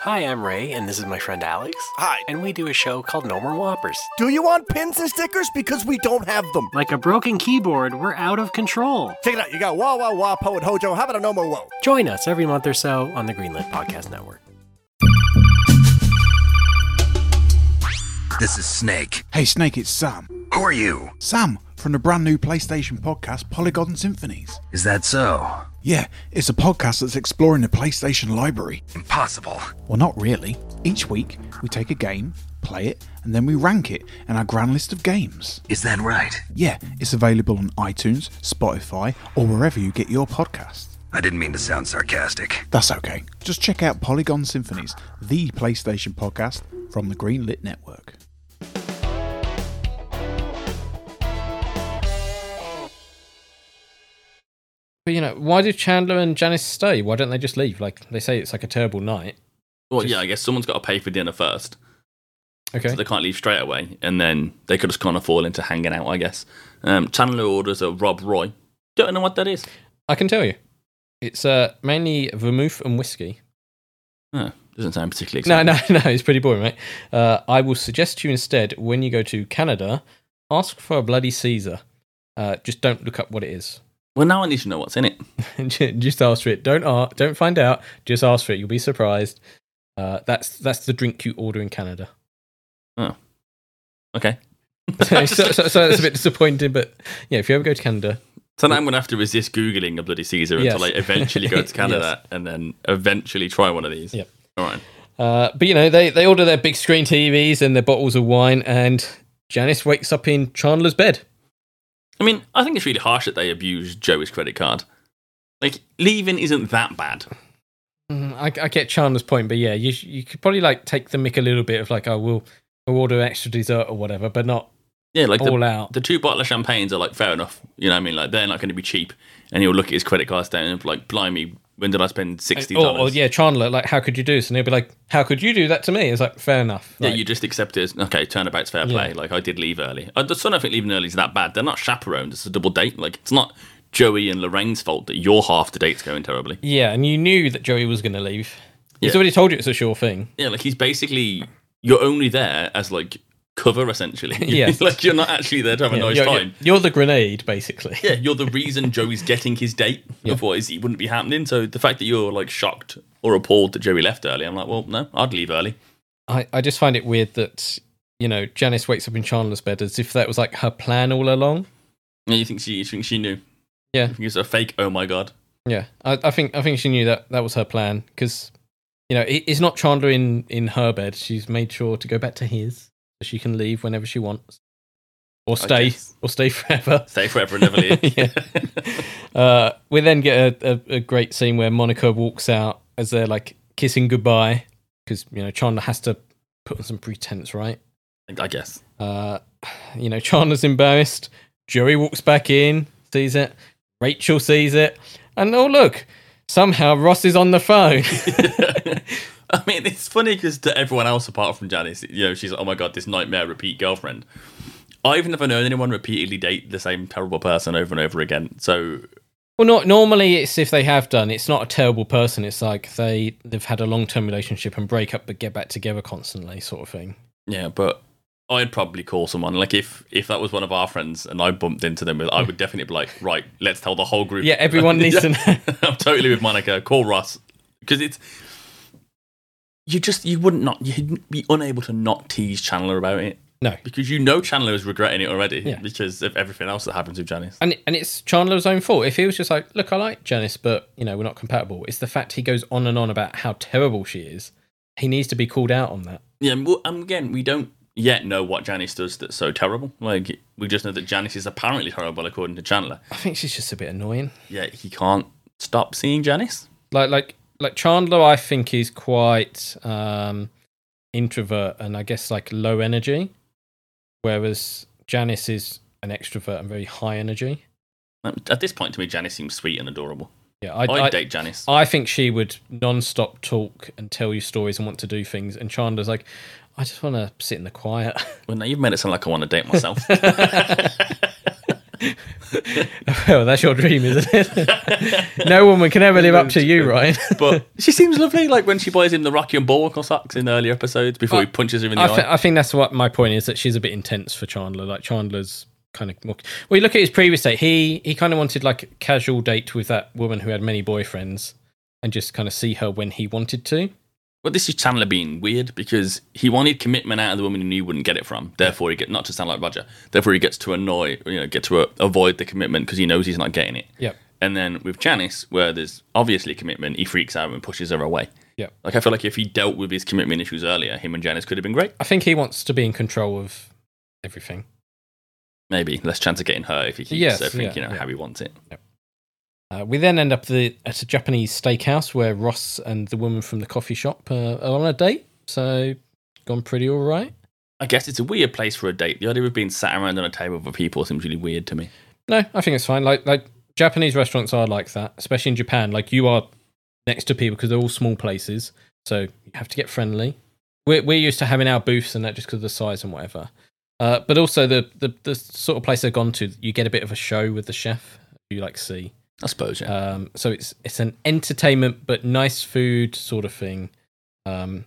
Hi, I'm Ray, and this is my friend Alex. Hi. And we do a show called No More Whoppers. Do you want pins and stickers? Because we don't have them. Like a broken keyboard, we're out of control. Check it out. You got Wah Wah Wah, Poet Hojo. How about a No More Whoa? Join us every month or so on the Greenlit Podcast Network. This is Snake. Hey Snake, it's Sam. Who are you? Sam, from the brand new PlayStation podcast, Polygon Symphonies. Is that so? Yeah, it's a podcast that's exploring the PlayStation library. Impossible. Well, not really. Each week, we take a game, play it, and then we rank it in our grand list of games. Is that right? Yeah, it's available on iTunes, Spotify, or wherever you get your podcasts. I didn't mean to sound sarcastic. That's okay. Just check out Polygon Symphonies, the PlayStation podcast from the Greenlit Network. But you know why do Chandler and Janice stay? Why don't they just leave? Like they say it's like a terrible night. Well, yeah, I guess someone's got to pay for dinner first. Okay. So they can't leave straight away, and then they could just kind of fall into hanging out, I guess. Um, Chandler orders a Rob Roy. Don't know what that is. I can tell you, it's uh, mainly vermouth and whiskey. Oh, doesn't sound particularly No, exciting. no, no, it's pretty boring, mate. Uh, I will suggest to you instead when you go to Canada, ask for a bloody Caesar. Uh, just don't look up what it is. Well, now I need to know what's in it. just ask for it. Don't ar- don't find out. Just ask for it. You'll be surprised. Uh, that's that's the drink you order in Canada. Oh, okay. so, so, so, so that's a bit disappointing, but yeah, if you ever go to Canada, So now I'm going to have to resist Googling a bloody Caesar Yes. until I eventually go to Canada and then eventually try one of these. Yep. All right. uh, but you know they they order their big screen TVs and their bottles of wine, and Janice wakes up in Chandler's bed. I mean, I think it's really harsh that they abuse Joey's credit card. Like, leaving isn't that bad. Mm, I, I get Chandler's point, but yeah, you sh- you could probably like take the mick a little bit of like, oh, we'll we'll order extra dessert or whatever, but not Yeah, like all the, out. the two bottle of champagnes are like fair enough. You know what I mean? Like they're not going to be cheap. And he'll look at his credit card statement and be like, blimey, when did I spend sixty Or, or dollars? Oh, yeah, Chandler, like, how could you do this? And he'll be like, how could you do that to me? It's like, fair enough. Yeah, Like, you just accept it. as, Okay, turnabout's fair play. Like I did leave early. I just I don't think leaving early is that bad. They're not chaperoned. It's a double date. Like it's not Joey and Lorraine's fault that your half the date's going terribly. Yeah, and you knew that Joey was going to leave. He's Yeah. already told you it's a sure thing. Yeah, like he's basically you're only there as like cover essentially. Yes. like you're not actually there to have a Yeah, nice you're, time. You're, you're the grenade, basically. Yeah, you're the reason Joey's getting his date. Otherwise, it wouldn't be happening. So the fact that you're like shocked or appalled that Joey left early, I'm like, well, no, I'd leave early. I, I just find it weird that, you know, Janice wakes up in Chandler's bed as if that was like her plan all along. Yeah, you think she, you think she knew? Yeah. you think it's a fake. Oh my god. Yeah, I, I think I think she knew that that was her plan because, you know, it, it's not Chandler in, in her bed. She's made sure to go back to his so she can leave whenever she wants or I stay guess. or stay forever. Stay forever and never leave. yeah. Uh, we then get a, a, a great scene where Monica walks out as they're like kissing goodbye because you know Chandler has to put on some pretense, right? I- I guess. Uh, you know Chandler's embarrassed. Joey walks back in, sees it. Rachel sees it, and oh look, somehow Ross is on the phone. I mean, it's funny because to everyone else apart from Janice, you know, she's like, oh my god, this nightmare repeat girlfriend. I've never known anyone repeatedly date the same terrible person over and over again. So well, not normally. It's if they have done. It's not a terrible person. It's like they they've had a long term relationship and break up but get back together constantly, sort of thing. Yeah, but I'd probably call someone. Like if if that was one of our friends and I bumped into them, I would definitely be like, right, let's tell the whole group. Yeah, everyone needs to know. I'm totally with Monica. Call Ross because it's you just you wouldn't not you'd be unable to not tease Chandler about it. No. Because you know Chandler is regretting it already because of everything else that happened to Janice. And and it's Chandler's own fault. If he was just like, look, I like Janice, but you know we're not compatible. It's the fact he goes on and on about how terrible she is. He needs to be called out on that. Yeah, and well, and again, we don't yet know what Janice does that's so terrible. Like, we just know that Janice is apparently horrible according to Chandler. I think she's just a bit annoying. Yeah, he can't stop seeing Janice. Like like like Chandler, I think is quite um, introvert and I guess like low energy, whereas Janice is an extrovert and very high energy. At this point, to me, Janice seems sweet and adorable. Yeah, I'd, I- date Janice. I think she would non-stop talk and tell you stories and want to do things. And Chandler's like, I just want to sit in the quiet. Well, now you've made it sound like I want to date myself. well, that's your dream, isn't it? no woman can ever live up to you, Ryan. but she seems lovely, like when she buys him the Rocky and Bullwinkle socks in earlier episodes before he punches her in the I, eye. thi- I think that's what my point is that she's a bit intense for Chandler. Like Chandler's kind of more. Well, you look at his previous date. He he kind of wanted like a casual date with that woman who had many boyfriends, and just kind of see her when he wanted to. Well, this is Chandler being weird because he wanted commitment out of the woman he knew he wouldn't get it from. Therefore, he get not to sound like Roger. Therefore, he gets to annoy, you know, get to uh, avoid the commitment because he knows he's not getting it. Yep. And then with Janice, where there's obviously commitment, he freaks out and pushes her away. Yep. Like I feel like if he dealt with his commitment issues earlier, him and Janice could have been great. I think he wants to be in control of everything. Maybe less chance of getting hurt if he keeps Yes, yes, everything, yeah, you know, yeah. how he wants it. Uh, we then end up the, at a Japanese steakhouse where Ross and the woman from the coffee shop uh, are on a date. So, gone pretty all right. I guess it's a weird place for a date. The idea of being sat around on a table with people seems really weird to me. No, I think it's fine. Like like Japanese restaurants are like that, especially in Japan. Like you are next to people because they're all small places, so you have to get friendly. We're we're used to having our booths and that just because of the size and whatever. Uh, but also the, the the sort of place they've gone to, you get a bit of a show with the chef. You like see, I suppose. Yeah. Um, so it's it's an entertainment but nice food sort of thing. Um,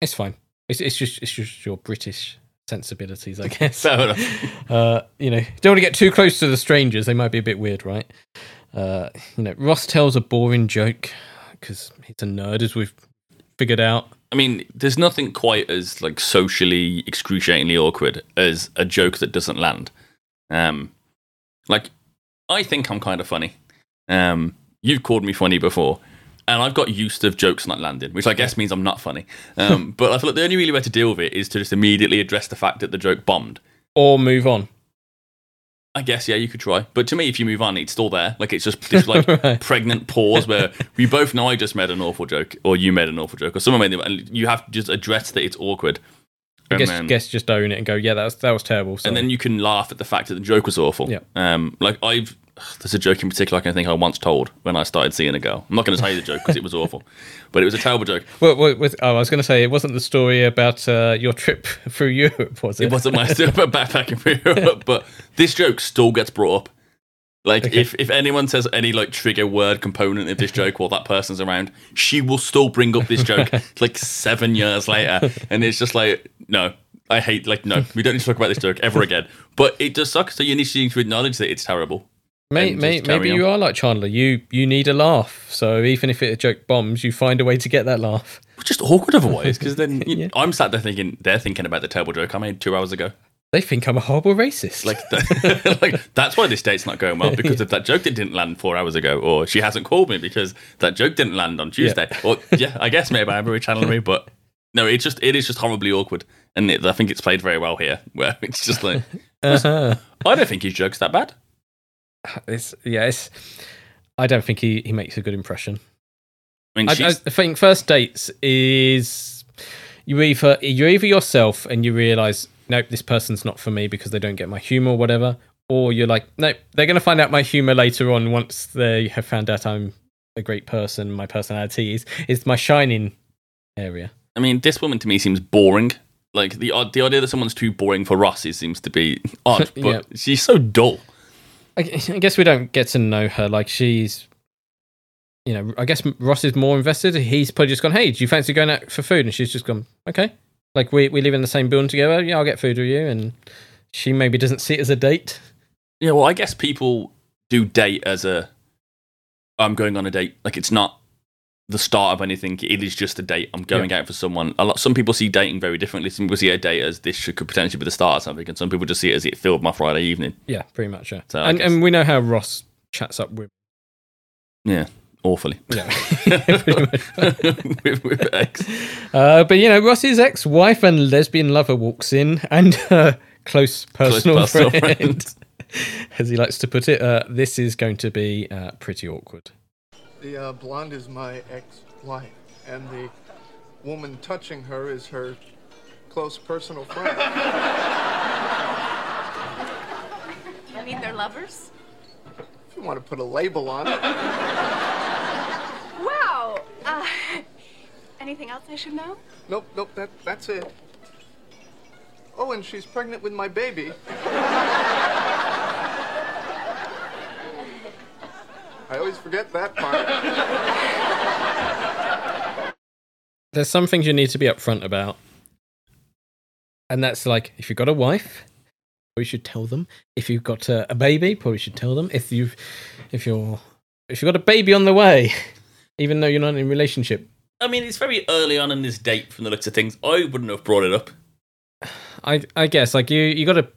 it's fine. It's it's just it's just your British sensibilities, I guess. Fair enough. Uh, you know, don't want to get too close to the strangers. They might be a bit weird, right? Uh, you know, Ross tells a boring joke because he's a nerd, as we've figured out. I mean, there's nothing quite as like socially excruciatingly awkward as a joke that doesn't land. Um, like, I think I'm kind of funny. Um, you've called me funny before, and I've got used to jokes not landing, which I guess means I'm not funny. Um, but I feel like the only really way to deal with it is to just immediately address the fact that the joke bombed. Or move on. I guess yeah, you could try, but to me, if you move on, it's still there. Like it's just this like pregnant pause where we both know I just made an awful joke, or you made an awful joke, or someone made it, and you have to just address that it's awkward. I And guess, then- guess just own it and go, yeah, that was, that was terrible. So. and then you can laugh at the fact that the joke was awful. Yeah. Um, like I've there's a joke in particular I can think I once told when I started seeing a girl. I'm not going to tell you the joke because it was awful, but it was a terrible joke. Well, well, with, oh, I was going to say it wasn't the story about uh, your trip through Europe, was it? It wasn't my story about backpacking for Europe, but this joke still gets brought up. Like if, if anyone says any like trigger word component of this joke while that person's around, she will still bring up this joke like seven years later, and it's just like no, I hate like no, we don't need to talk about this joke ever again. But it does suck, so you need to acknowledge that it's terrible. May, and may, just carry maybe on. you are like Chandler. You you need a laugh. So even if it, a joke bombs, you find a way to get that laugh. Which is awkward otherwise, because then you- I'm sat there thinking they're thinking about the terrible joke I made two hours ago. They think I'm a horrible racist. Like, that, like that's why this date's not going well because of that joke that didn't land four hours ago, or she hasn't called me because that joke didn't land on Yeah. Tuesday. Or yeah, I guess maybe I'm channeling me, but no, it's just it is just horribly awkward, and it, I think it's played very well here, where it's just like Uh-huh. I don't think his joke's that bad. It's yeah. It's, I don't think he, he makes a good impression. I mean, I, she's- I think first dates is you either you're either yourself and you realize nope this person's not for me because they don't get my humor or whatever, or you're like nope they're gonna find out my humor later on once they have found out I'm a great person. My personality is is my shining area. I mean, this woman to me seems boring. Like the odd- the idea that someone's too boring for Ross it seems to be odd, but Yeah. she's so dull. I gu- I guess we don't get to know her. Like she's, you know, I guess Ross is more invested. He's probably just gone, "Hey, do you fancy going out for food?" And she's just gone, "Okay." Like we we live in the same building together. Yeah, I'll get food with you. And she maybe doesn't see it as a date. Yeah, well, I guess people do date as a I'm going on a date. Like it's not the start of anything. It is just a date. I'm going out for someone. A lot. Some people see dating very differently. Some people see a date as this should, could potentially be the start of something, and some people just see it as it filled my Friday evening. Yeah, pretty much. Yeah, So I and guess- and we know how Ross chats up with. Yeah, awfully. Yeah, pretty much. with, with ex. Uh, but you know, Ross's ex-wife and lesbian lover walks in, and her close personal, personal friend, friend. as he likes to put it, uh, this is going to be uh, pretty awkward. The uh, blonde is my ex-wife, and the woman touching her is her close personal friend. I mean, they're lovers. if you want to put a label on it. Wow. Uh, anything else I should know? Nope, nope, that, that's it. Oh, and she's pregnant with my baby. I always forget that part. There's some things you need to be upfront about, and that's like if you've got a wife, we should tell them. If you've got a, a baby, probably should tell them. If you've, if you're, if you've got a baby on the way, even though you're not in a relationship, I mean, it's very early on in this date from the looks of things. I wouldn't have brought it up. I I guess like you you got to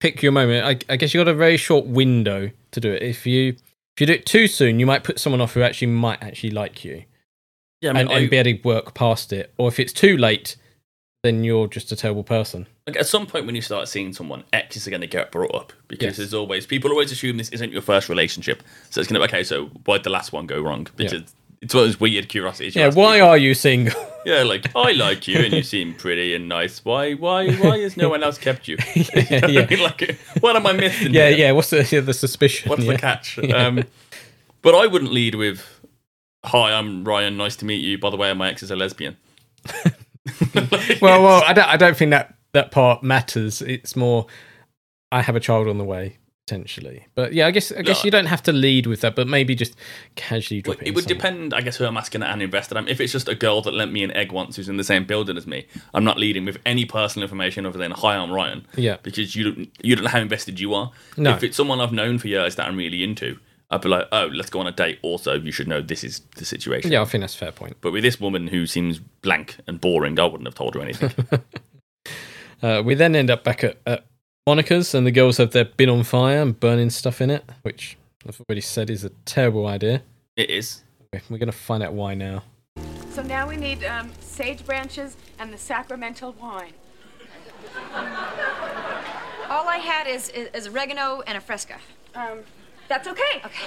pick your moment. I I guess you got a very short window to do it. If you if you do it too soon, you might put someone off who actually might actually like you. Yeah, I mean, and, and I- be able to work past it. Or if it's too late, then you're just a terrible person. Like at some point when you start seeing someone, exes are going to get brought up because Yes. there's always people always assume this isn't your first relationship, so it's going to be okay. So why'd the last one go wrong? Yeah. Because it's one of those weird curiosities. you yeah. ask Why are you single? Yeah, like I like you and you seem pretty and nice. Why, why, why has no one else kept you? yeah, yeah. like, what am I missing? yeah. Yeah. What's the yeah, the suspicion? What's yeah. the catch? Yeah. Um, but I wouldn't lead with, "Hi, I'm Ryan. Nice to meet you. By the way, my ex is a lesbian." well, well, I don't I don't think that that part matters. It's more I have a child on the way potentially. But yeah, I guess I guess you don't have to lead with that, but maybe just casually drop it. It would depend, I guess, who I'm asking and who invested. I'm. If it's just a girl that lent me an egg once who's in the same building as me, I'm not leading with any personal information other than "Hi, I'm Ryan." Yeah. because you don't, you don't know how invested you are. No. If it's someone I've known for years that I'm really into, I'd be like, "Oh, let's go on a date." Also, you should know this is the situation. Yeah, I think that's a fair point. But with this woman who seems blank and boring, I wouldn't have told her anything. Uh, we then end up back at, at Monica's, and the girls have their bin on fire and burning stuff in it, which I've already said is a terrible idea. It is. We're going to find out why now. So now we need um, sage branches and the sacramental wine. All I had is, is, is oregano and a fresca. Um, That's okay. Okay.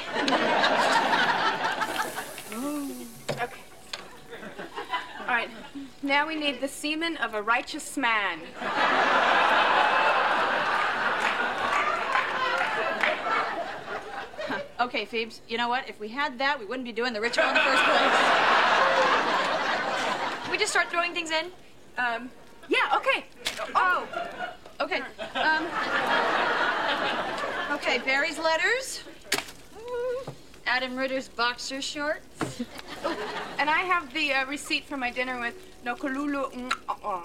okay. All right. Now we need the semen of a righteous man. Okay, Phoebes, you know what? If we had that, we wouldn't be doing the ritual in the first place. we just start throwing things in? Um, yeah, okay. Oh, okay. Um, okay, Barry's letters. Adam Ritter's boxer shorts. and I have the uh, receipt for my dinner with Nokolulu. mm, uh-uh.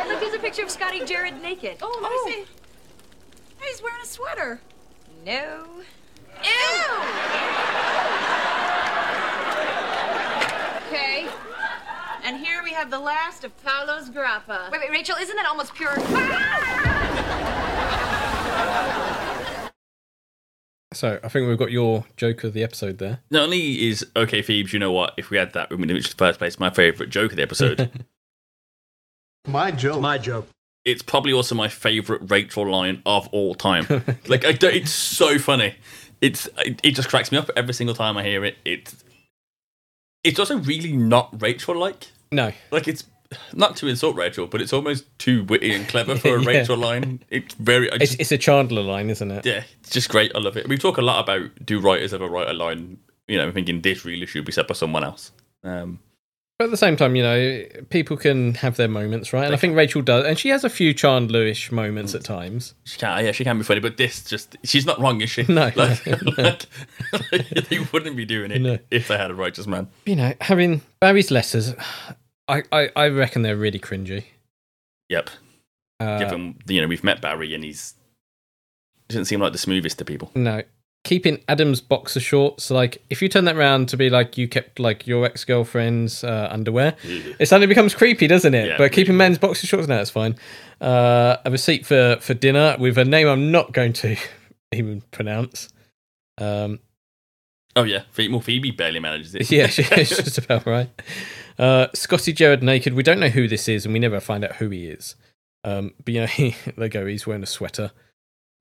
And look, there's a picture of Scotty Jared naked. Oh, let me see. Hey, he's wearing a sweater. No. Okay. And here we have the last of Paolo's grappa. Wait, wait, Rachel, isn't that almost pure? So I think we've got your joke of the episode there. Not only is okay, Phoebes, you know what? If we had that, we would which is the first place, my favorite joke of the episode. my joke. my joke. It's probably also my favorite Rachel line of all time. like, I don't, it's so funny. It's it, it just cracks me up every single time I hear it. It's it's also really not Rachel like. No. Like it's not to insult Rachel, but it's almost too witty and clever for a Yeah. Rachel line. It's very. I It's, it's a Chandler line, isn't it? Yeah, it's just great. I love it. We talk a lot about do writers ever write a line? You know, thinking this really should be said by someone else. Um, But at the same time, you know, people can have their moments, right? And I think Rachel does, and she has a few Chandlerish moments at times. she can, yeah, she can be funny, but this just she's not wrong, is she? No, like, no, no. like- like, they wouldn't be doing it No. if they had a righteous man. You know, having Barry's letters, I, I, I reckon they're really cringy. Yep. Uh, Given you know we've met Barry and he's doesn't seem like the smoothest to people. No. Ki- keeping Adam's boxer shorts. Like, if you turn that round to be like you kept like your ex girlfriend's uh, underwear, it suddenly becomes creepy, doesn't it? Yeah, but keeping men's boxer shorts, no, it's fine. Uh, a receipt for for dinner with a name I'm not going to even pronounce. Um, Oh yeah, Phoe- well Phoebe barely manages it. yeah, she- it's just about right. Uh, Scotty Jared naked. We don't know who this is, and we never find out who he is. Um, but you know, he, they go. He's wearing a sweater.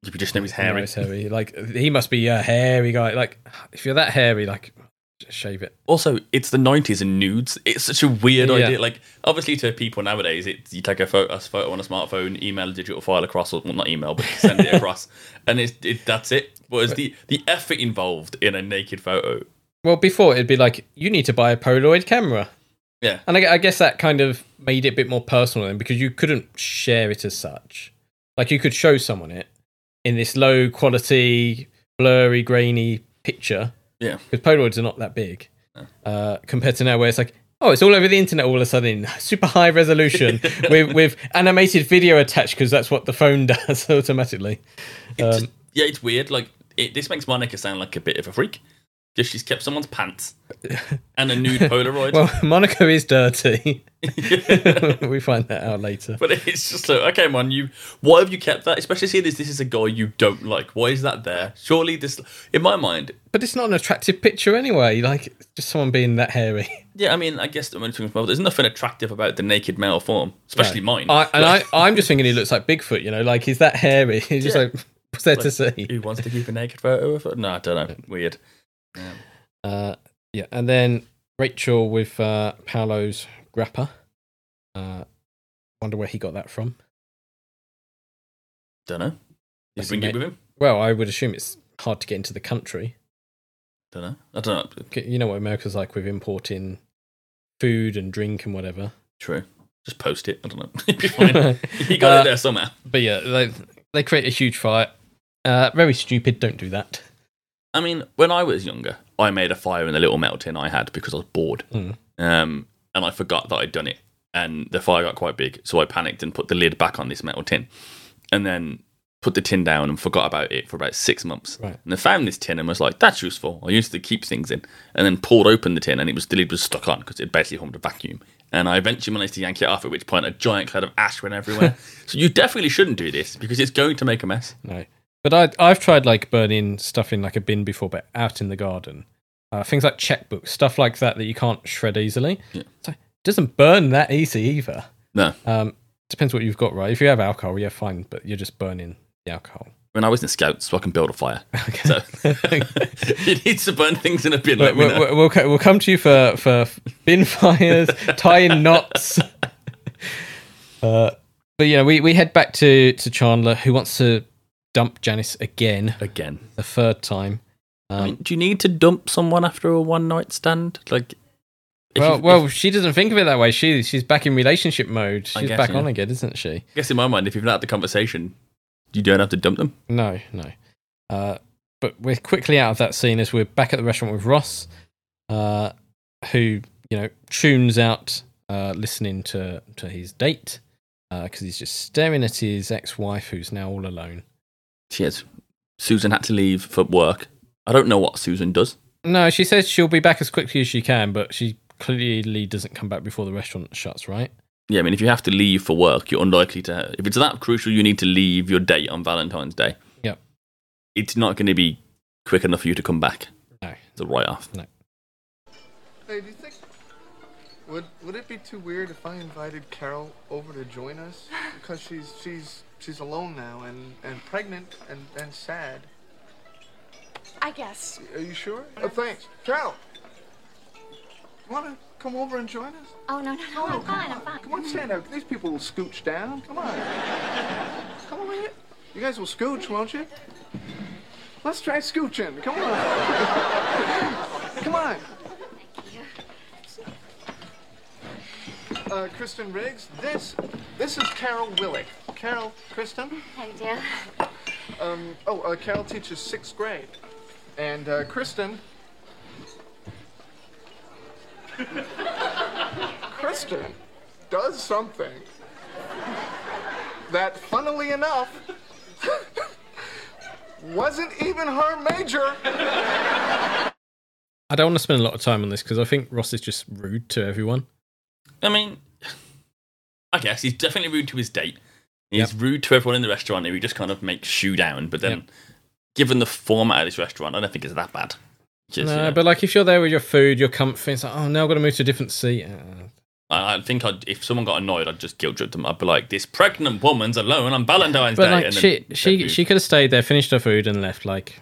You just know he's You know hairy. it's hairy. Like he must be a hairy guy. Like if you're that hairy, like just shave it. Also, it's the nineties and nudes. It's such a weird Yeah. idea. Like, obviously, to people nowadays, it's you take a photo, a photo on a smartphone, email a digital file across, or well, not email, but send it across, and it's it, that's it. Whereas the the effort involved in a naked photo, Well, before it'd be like you need to buy a Polaroid camera. yeah, And I, gu- I guess that kind of made it a bit more personal then because you couldn't share it as such. Like you could show someone it in this low quality, blurry, grainy picture. Yeah. Because Polaroids are not that big uh, compared to now where it's like, oh, it's all over the internet all of a sudden, super high resolution with, with animated video attached because that's what the phone does automatically. it's Um, just, yeah, it's weird. Like, it, this makes Monica sound like a bit of a freak. Just she's kept someone's pants and a nude Polaroid. well, Monaco is dirty. we find that out later. But it's just so okay, man. You why have you kept that? Especially seeing as this is a guy you don't like. Why is that there? Surely this, in my mind, But it's not an attractive picture anyway. Like it's just someone being that hairy. yeah. I mean, I guess the only thing- well, there's nothing attractive about the naked male form, especially No. mine. I, and I, I'm just thinking he looks like Bigfoot. You know, like he's that hairy. He's just Yeah. like what's there to Like, see? Who wants to keep a naked photo of it? No, I don't know. Weird. Yeah. Uh, yeah, and then Rachel with uh, Paolo's grappa. Uh, wonder where he got that from. Don't know. You That's bring it ama- with him? Well, I would assume it's hard to get into the country. Don't know. I don't know. You know what America's like with importing food and drink and whatever. True. Just post it. I don't know. It'd be fine. you got Uh, it there somehow. But yeah, they they create a huge fight. Uh, very stupid. Don't do that. I mean, when I was younger, I made a fire in the little metal tin I had because I was bored. Mm. Um, and I forgot that I'd done it. And the fire got quite big. So I panicked and put the lid back on this metal tin. And then put the tin down and forgot about it for about six months. Right. And I found this tin and was like, that's useful. I used to keep things in. And then pulled open the tin and it was the lid was stuck on because it basically formed a vacuum. And I eventually managed to yank it off, at which point a giant cloud of ash went everywhere. so you definitely shouldn't do this because it's going to make a mess. No. But I, I've tried like burning stuff in like a bin before, but out in the garden. Uh, things like checkbooks, stuff like that that you can't shred easily. Yeah. So it doesn't burn that easy either. No. Um, depends what you've got, right? If you have alcohol, yeah, fine, but you're just burning the alcohol. when I was in scouts, so I can build a fire. So you need to burn things in a bin. But Let me we'll, know. we'll, we'll, co- we'll come to you for, for bin fires, tying knots. Uh, but yeah, we, we head back to, to Chandler, who wants to dump Janice again. Again. The third time. Um, I mean, do you need to dump someone after a one night stand? Like, if Well, you- well, she doesn't think of it that way. She she's back in relationship mode. I She's guess, back yeah. on again, isn't she? I guess in my mind, if you've not had the conversation, you don't have to dump them. No, no. Uh, but we're quickly out of that scene as we're back at the restaurant with Ross, uh, who you know tunes out uh, listening to to his date because he's just staring at his ex-wife who's now all alone. Cheers. Susan had to leave for work. I don't know what Susan does. No, she says she'll be back as quickly as she can, but she clearly doesn't come back before the restaurant shuts. Right? Yeah, I mean, if you have to leave for work, you're unlikely to. If it's that crucial, you need to leave your date on Valentine's Day. Yep. It's not going to be quick enough for you to come back. No. It's a write off. No. Hey, do you think would would it be too weird if I invited Carol over to join us? Because she's she's she's alone now and and pregnant and and sad. I guess. Are you sure? Oh, thanks, Carol. Wanna come over and join us? Oh, no, no, no, I'm fine, I'm fine. Come on, stand up. These people will scooch down. Come on. Come over here. You guys will scooch, won't you? Let's try scooching. Come on. Come on. Uh, Kristen Riggs, this this is Carol Willick. Carol, Kristen. How you doing? Um, oh, uh, Carol teaches sixth grade, and uh, Kristen. Kristen does something that, funnily enough, Wasn't even her major. I don't want to spend a lot of time on this because I think Ross is just rude to everyone. I mean, I guess he's definitely rude to his date. He's rude to everyone in the restaurant, who he just kind of makes shoe down. But then, given the format of this restaurant, I don't think it's that bad. Just, no, you know, but like if you're there with your food, your comfy, it's like, oh, now I've got to move to a different seat. Uh, I, I think I'd, if someone got annoyed, I'd just guilt trip them. I'd be like, "This pregnant woman's alone on Valentine's but Day." like and then she, they'd she, move. she could have stayed there, finished her food, and left. Like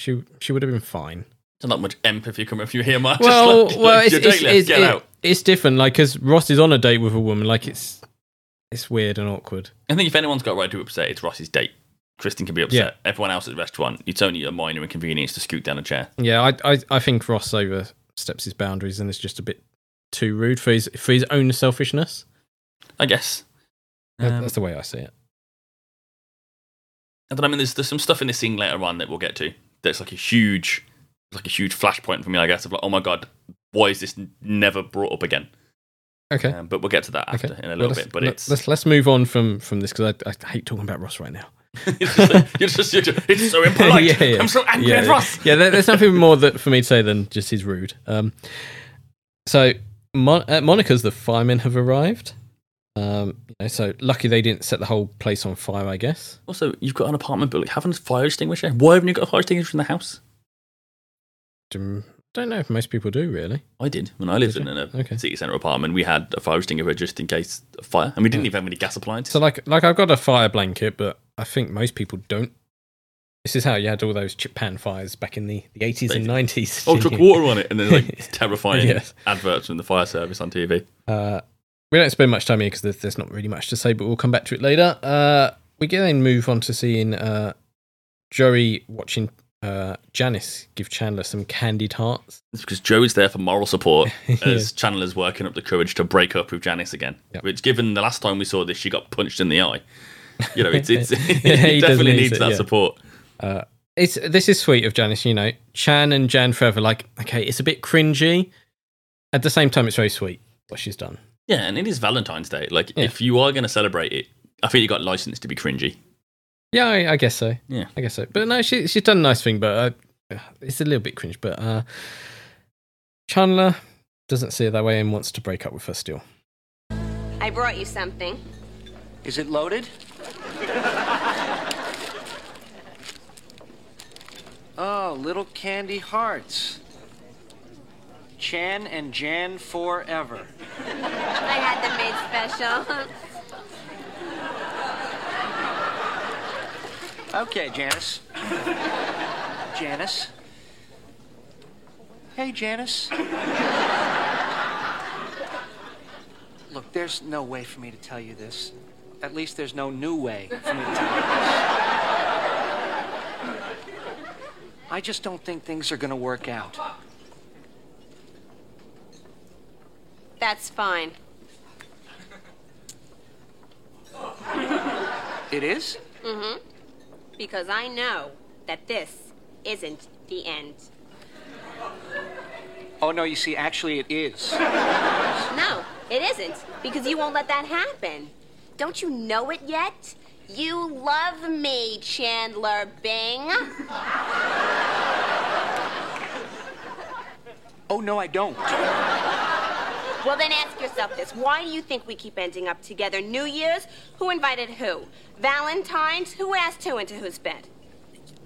she, she would have been fine. There's not much empathy coming from you here, Mark. well, just like, well, it's like, your it's, date left, it's, get it- out. it's different. Like, because Ross is on a date with a woman, like it's it's weird and awkward. I think if anyone's got a right to be upset, it's Ross's date. Kristen can be upset. Everyone else at the restaurant, it's only a minor inconvenience to scoot down a chair. Yeah, I, I I think Ross oversteps his boundaries and is just a bit too rude for his for his own selfishness. I guess. That- Um, that's the way I see it. And then I mean, there's there's some stuff in this scene later on that we'll get to. That's like a huge, like a huge flashpoint for me. I guess of like, oh my god, why is this n- never brought up again? Okay. Um, but we'll get to that after in a Well, little let's- bit. But let- it's let's let's move on from from this because I, I hate talking about Ross right now. you're just, you're just- it's so impolite. I'm so angry yeah, at yeah. Ross. Yeah, there- there's nothing more that for me to say than just he's rude. Um, so Mon- at Monica's, the firemen have arrived. Um, you know, so lucky they didn't set the whole place on fire, I guess. Also, you've got an apartment, but like, haven't a fire extinguisher. Why haven't you got a fire extinguisher in the house? Dum- Don't know if most people do really. I did when I lived in a city centre apartment. We had a fire extinguisher just in case of fire, and we didn't even have any gas appliances. So like like I've got a fire blanket, but I think most people don't. This is how you had all those chip pan fires back in the the eighties and nineties. Oh, took water on it, and then like terrifying Yes. adverts from the fire service on TV. Uh, we don't spend much time here because there's, there's not really much to say, but we'll come back to it later. Uh, we can then move on to seeing uh, Joey watching uh, Janice give Chandler some candied hearts. It's because Joey's there for moral support Yeah. as Chandler's working up the courage to break up with Janice again. Which, given the last time we saw this, she got punched in the eye. You know, it's, it's Yeah, he he does definitely need needs it, that yeah. support. Uh, it's this is sweet of Janice, you know. Chan and Jan forever, like okay, it's a bit cringy. At the same time, it's very sweet what she's done. Yeah, and it is Valentine's Day. Like, if you are going to celebrate it, I think you got license to be cringy. Yeah, I, I guess so. Yeah. I guess so. But no, she she's done a nice thing, but uh, it's a little bit cringe. But uh, Chandler doesn't see it that way and wants to break up with her still. I brought you something. Is it loaded? Oh, little candy hearts. Chan and Jan forever. I had them made special. Okay, Janice. Janice. Hey, Janice. Look, there's no way for me to tell you this. At least there's no new way for me to tell you this. I just don't think things are going to work out. That's fine. It is? Mm-hmm. Because I know that this isn't the end. Oh, no, you see, actually, it is. No, it isn't. Because you won't let that happen. Don't you know it yet? You love me, Chandler Bing. Oh, no, I don't. Well, then ask yourself this. Why do you think we keep ending up together? New Year's? Who invited who? Valentine's? Who asked who into whose bed?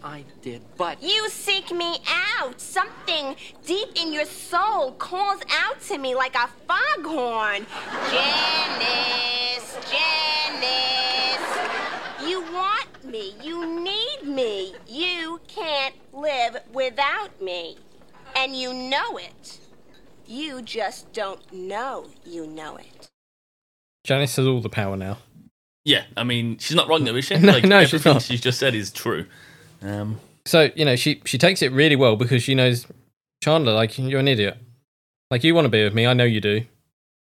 I did, but. You seek me out. Something deep in your soul calls out to me like a foghorn. Janice, Janice. You want me. You need me. You can't live without me. And you know it. You just don't know you know it. Janice has all the power now. Yeah, I mean, she's not wrong though, is she? No, like, no, she's everything not. she's just said is true. Um, So you know she she takes it really well because she knows Chandler. Like you're an idiot. Like you want to be with me. I know you do.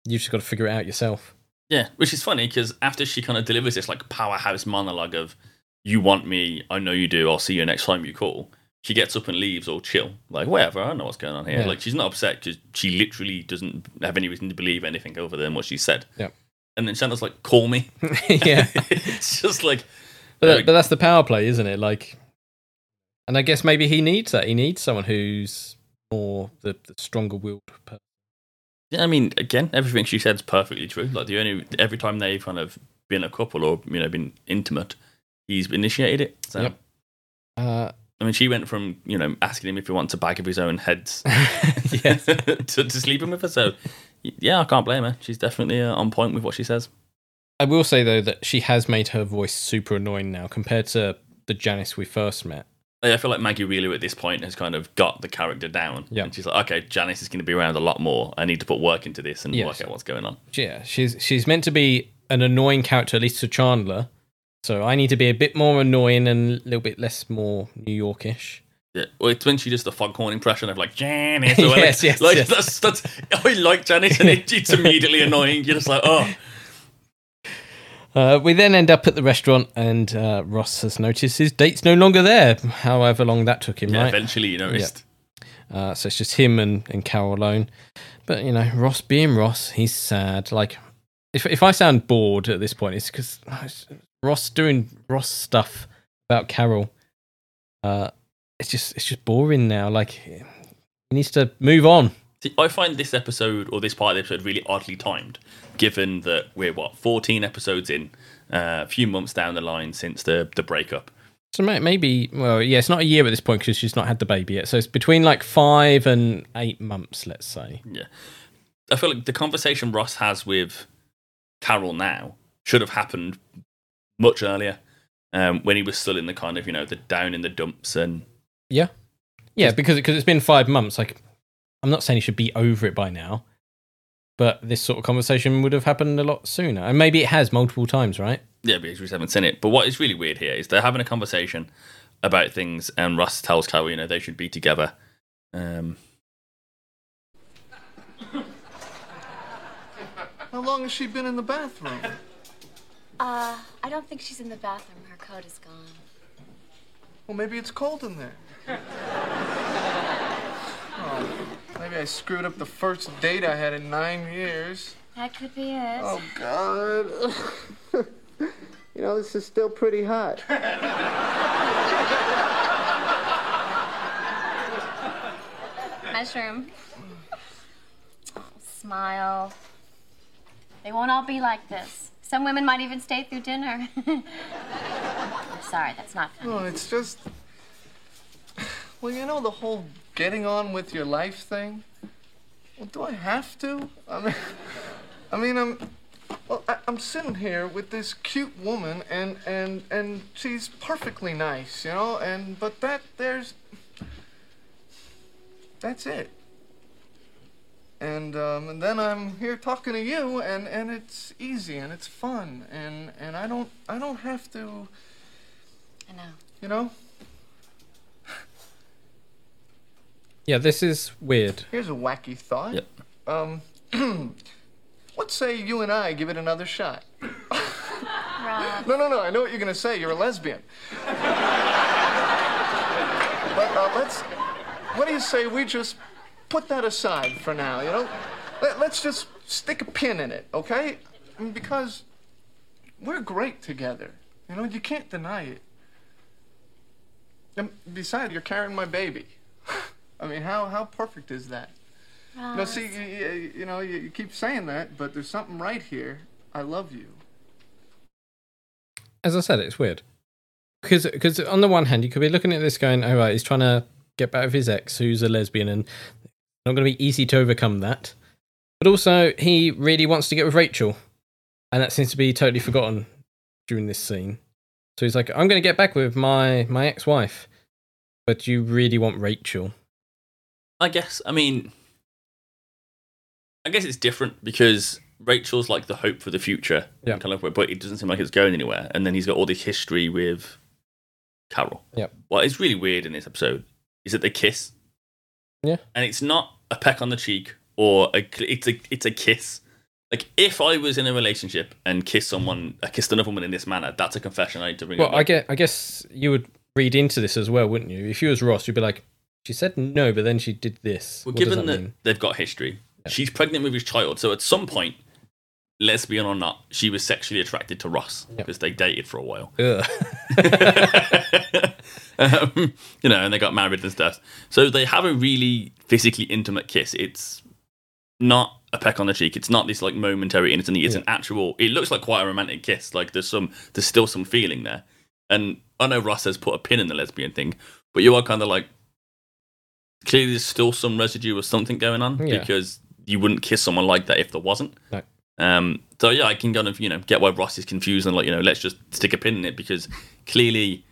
You've just got to figure it out yourself. Yeah, which is funny because after she kind of delivers this like powerhouse monologue of "You want me? I know you do. I'll see you next time you call." She gets up and leaves, all chill, like whatever. I don't know what's going on here. Yeah. Like she's not upset because she literally doesn't have any reason to believe anything other than what she said. Yep. And then Chandler's like, "Call me." yeah. it's just like, But, that- but that's the power play, isn't it? Like And I guess maybe he needs that. He needs someone who's more the, the stronger willed person. Yeah, I mean, again, everything she said's perfectly true. Like the only every time they've kind of been a couple or you know been intimate, he's initiated it. So Yep. Uh, I mean, she went from you know asking him if he wants a bag of his own heads to, to sleeping with her. So yeah, I can't blame her. She's definitely uh, on point with what she says. I will say though that she has made her voice super annoying now compared to the Janice we first met. Yeah, I feel like Maggie Wheeler at this point has kind of got the character down. Yeah. And she's like, okay, Janice is going to be around a lot more. I need to put work into this and Yes. work out what's going on. Yeah, she's she's meant to be an annoying character, at least to Chandler. So I need to be a bit more annoying and a little bit less more New Yorkish. Yeah. Well, it's when she does the foghorn impression of like Janice. Or Yes, whatever. yes, like, yes. That's, that's, I like Janice and it, it's immediately annoying. You're just like, oh. Uh, we then end up at the restaurant, and uh, Ross has noticed his date's no longer there. However long that took him, Yeah, right? eventually you noticed. Yep. Uh, so it's just him and, and Carol alone. But you know, Ross being Ross, he's sad. Like, if if I sound bored at this point, it's because Ross doing Ross stuff about Carol. Uh, it's just it's just boring now. Like, he needs to move on. See, I find this episode or this part of the episode really oddly timed, given that we're, what, 14 episodes in, uh, a few months down the line since the, the breakup. So may- maybe, well, yeah, it's not a year at this point because she's not had the baby yet. So it's between like five and eight months, let's say. Yeah. I feel like the conversation Ross has with Carol now should have happened much earlier um, when he was still in the kind of, you know, the down in the dumps and. Yeah, yeah, because because it's been five months. Like, I'm not saying you should be over it by now, but this sort of conversation would have happened a lot sooner, and maybe it has multiple times, right? Yeah, because we just haven't seen it. But what is really weird here is they're having a conversation about things and Ross tells Carol, you know, they should be together. Um, How long has she been in the bathroom? Uh, I don't think she's in the bathroom. Her coat is gone. Well, maybe it's cold in there. Oh, maybe I screwed up the first date I had in nine years. That could be it. Oh, God. you know, this is still pretty hot. Mushroom. Oh, Smile. They won't all be like this. Some women might even stay through dinner. I'm sorry, that's not funny. No, it's just. Well, you know the whole getting on with your life thing. Well, do I have to? I mean, I mean, I'm. Well, I, I'm sitting here with this cute woman, and and and she's perfectly nice, you know. And but that there's. That's it. And um, and then I'm here talking to you, and and it's easy and it's fun, and and I don't I don't have to. I know. You know. Yeah, this is weird. Here's a wacky thought. Yep. Um, what say you and I give it another shot? Rob. No, no, no. I know what you're gonna say. You're a lesbian. but uh, let's. What do you say we just put that aside for now? You know, Let, let's just stick a pin in it, okay? I mean, Because we're great together. You know, you can't deny it. And besides, you're carrying my baby. I mean, how how perfect is that? No, see, you, you, you know, you, you keep saying that, but there's something right here. I love you. As I said, it's weird because because on the one hand, you could be looking at this going, "All right, he's trying to get back with his ex, who's a lesbian, and it's not going to be easy to overcome that." But also, he really wants to get with Rachel, and that seems to be totally forgotten during this scene. So he's like, "I'm going to get back with my my ex-wife," but you really want Rachel. I guess, I mean, I guess it's different because Rachel's like the hope for the future, Yeah. kind of, but it doesn't seem like it's going anywhere. And then he's got all this history with Carol. Yep. What is really weird in this episode is that they kiss. Yeah. And it's not a peck on the cheek or a, cl- it's a it's a kiss. Like if I was in a relationship and kissed someone, I kissed another woman in this manner. That's a confession I need to bring Well, up. I guess, I guess you would read into this as well, wouldn't you? If you was Ross, you'd be like, "She said no, but then she did this." Well, What does given that that mean? they've got history, she's pregnant with his child. So at some point, lesbian or not, she was sexually attracted to Ross because they dated for a while. Ugh. um, you know, and they got married and stuff. So they have a really physically intimate kiss. It's not a peck on the cheek. It's not this like momentary innocent. It's an actual. It looks like quite a romantic kiss. Like there's some, there's still some feeling there. And I know Ross has put a pin in the lesbian thing, but you are kind of like clearly there's still some residue or something going on Yeah. because you wouldn't kiss someone like that if there wasn't. No. Um, so yeah, I can kind of you know get why Ross is confused and like you know let's just stick a pin in it because clearly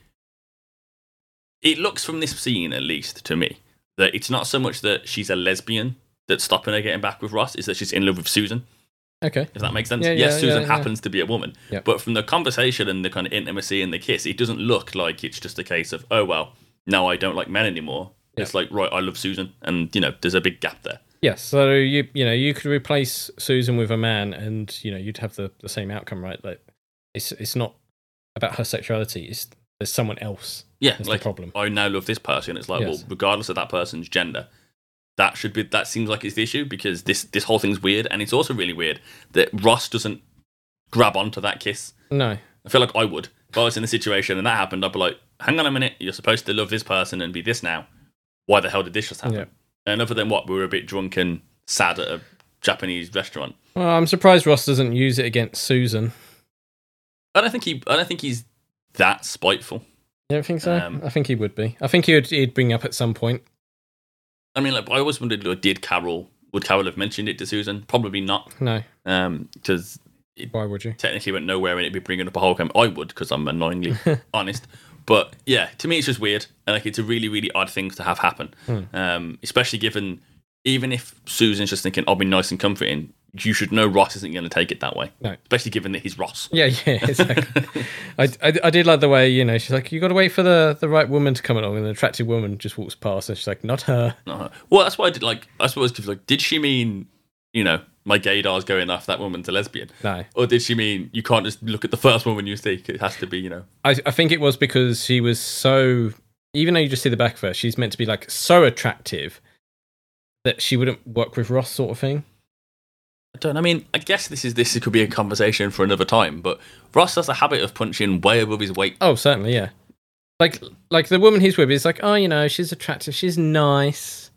it looks from this scene at least to me that it's not so much that she's a lesbian that's stopping her getting back with Ross is that she's in love with Susan. Okay. If that makes sense. Yeah, yes, yeah, Susan yeah, yeah. happens to be a woman. Yep. But from the conversation and the kind of intimacy and the kiss, it doesn't look like it's just a case of, oh, well, now I don't like men anymore. It's like, right, I love Susan. And, you know, there's a big gap there. Yes, so you you know you could replace Susan with a man, and you know you'd have the, the same outcome, right? Like it's it's not about her sexuality; it's there's someone else. Yeah, that's like, the problem. I now love this person. It's like, Yes. well, regardless of that person's gender, that should be, that seems like it's the issue because this, this whole thing's weird. And it's also really weird that Ross doesn't grab onto that kiss. No, I feel like I would. If I was in the situation and that happened, I'd be like, hang on a minute, you're supposed to love this person and be this now. Why the hell did this just happen? Yeah. And other than what, we were a bit drunk and sad at a Japanese restaurant. well, I'm surprised Ross doesn't use it against Susan. I don't think he I don't think he's that spiteful. You don't think so? Um, I think he would be. I think he would he'd bring up at some point. I mean like I always wondered like, did Carol would Carol have mentioned it to Susan? Probably not. No, Um because why would you? Technically went nowhere and it'd be bringing up a whole camp. I would because I'm annoyingly honest. But yeah, to me it's just weird and like it's a really really odd thing to have happen. Hmm. Um, especially given even if Susan's just thinking I'll be nice and comforting, you should know Ross isn't going to take it that way. No. Especially given that he's Ross. Yeah, yeah, exactly. I, I, I did like the way you know she's like you got to wait for the the right woman to come along, and an attractive woman just walks past, and she's like, not her. Not her. Well, that's why I did like. I suppose 'cause, like, did she mean you know my gaydar's going off? That woman's a lesbian. No. Or did she mean you can't just look at the first woman you see? It has to be you know. I, I think it was because she was so. Even though you just see the back of her, she's meant to be like so attractive that she wouldn't work with Ross, sort of thing. I don't. I mean, I guess this is this could be a conversation for another time. But Ross has a habit of punching way above his weight. Oh, certainly, yeah. Like, like the woman he's with is like, oh, you know, she's attractive, she's nice.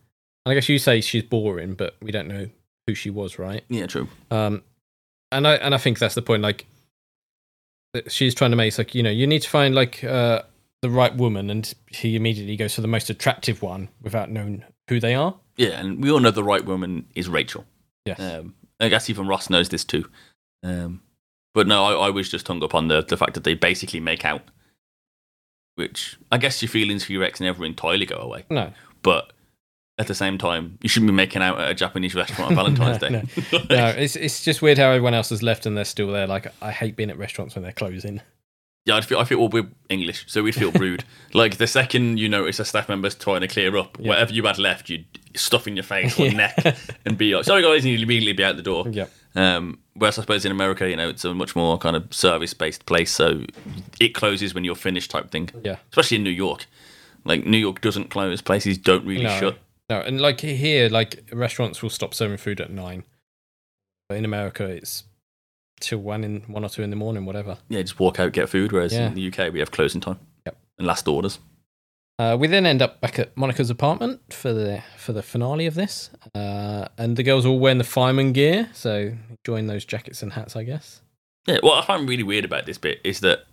And I guess you say she's boring, but we don't know who she was, right? Yeah, true. Um, and I and I think that's the point. Like, that she's trying to make it's like you know you need to find like uh the right woman, and he immediately goes for the most attractive one without knowing who they are. Yeah, and we all know the right woman is Rachel. Yes. Um, I guess even Ross knows this too. Um, but no, I, I was just hung up on the, the fact that they basically make out, which I guess your feelings for your ex never entirely go away. No. But at the same time, you shouldn't be making out at a Japanese restaurant on Valentine's No, Day. No, No, it's it's just weird how everyone else has left and they're still there. Like I hate being at restaurants when they're closing. Yeah, I'd feel, I feel well, we're English, so we'd feel rude. like the second you notice a staff member's trying to clear up, Yeah. whatever you had left, you'd stuff in your face or Yeah. neck and be like, sorry guys, and you'd immediately be out the door. Yep. Um, whereas I suppose in America, you know, it's a much more kind of service based place, so it closes when you're finished type thing. Yeah. Especially in New York. Like New York doesn't close, places don't really no, shut. No, and like here, like restaurants will stop serving food at nine, but in America it's till one in one or two in the morning, whatever. Yeah, just walk out, get food, whereas Yeah. in the UK we have closing time. Yep. And last orders. Uh, we then end up back at Monica's apartment for the for the finale of this, uh, and the girls are all wearing the fireman gear, so join those jackets and hats, I guess. Yeah, what I find really weird about this bit is that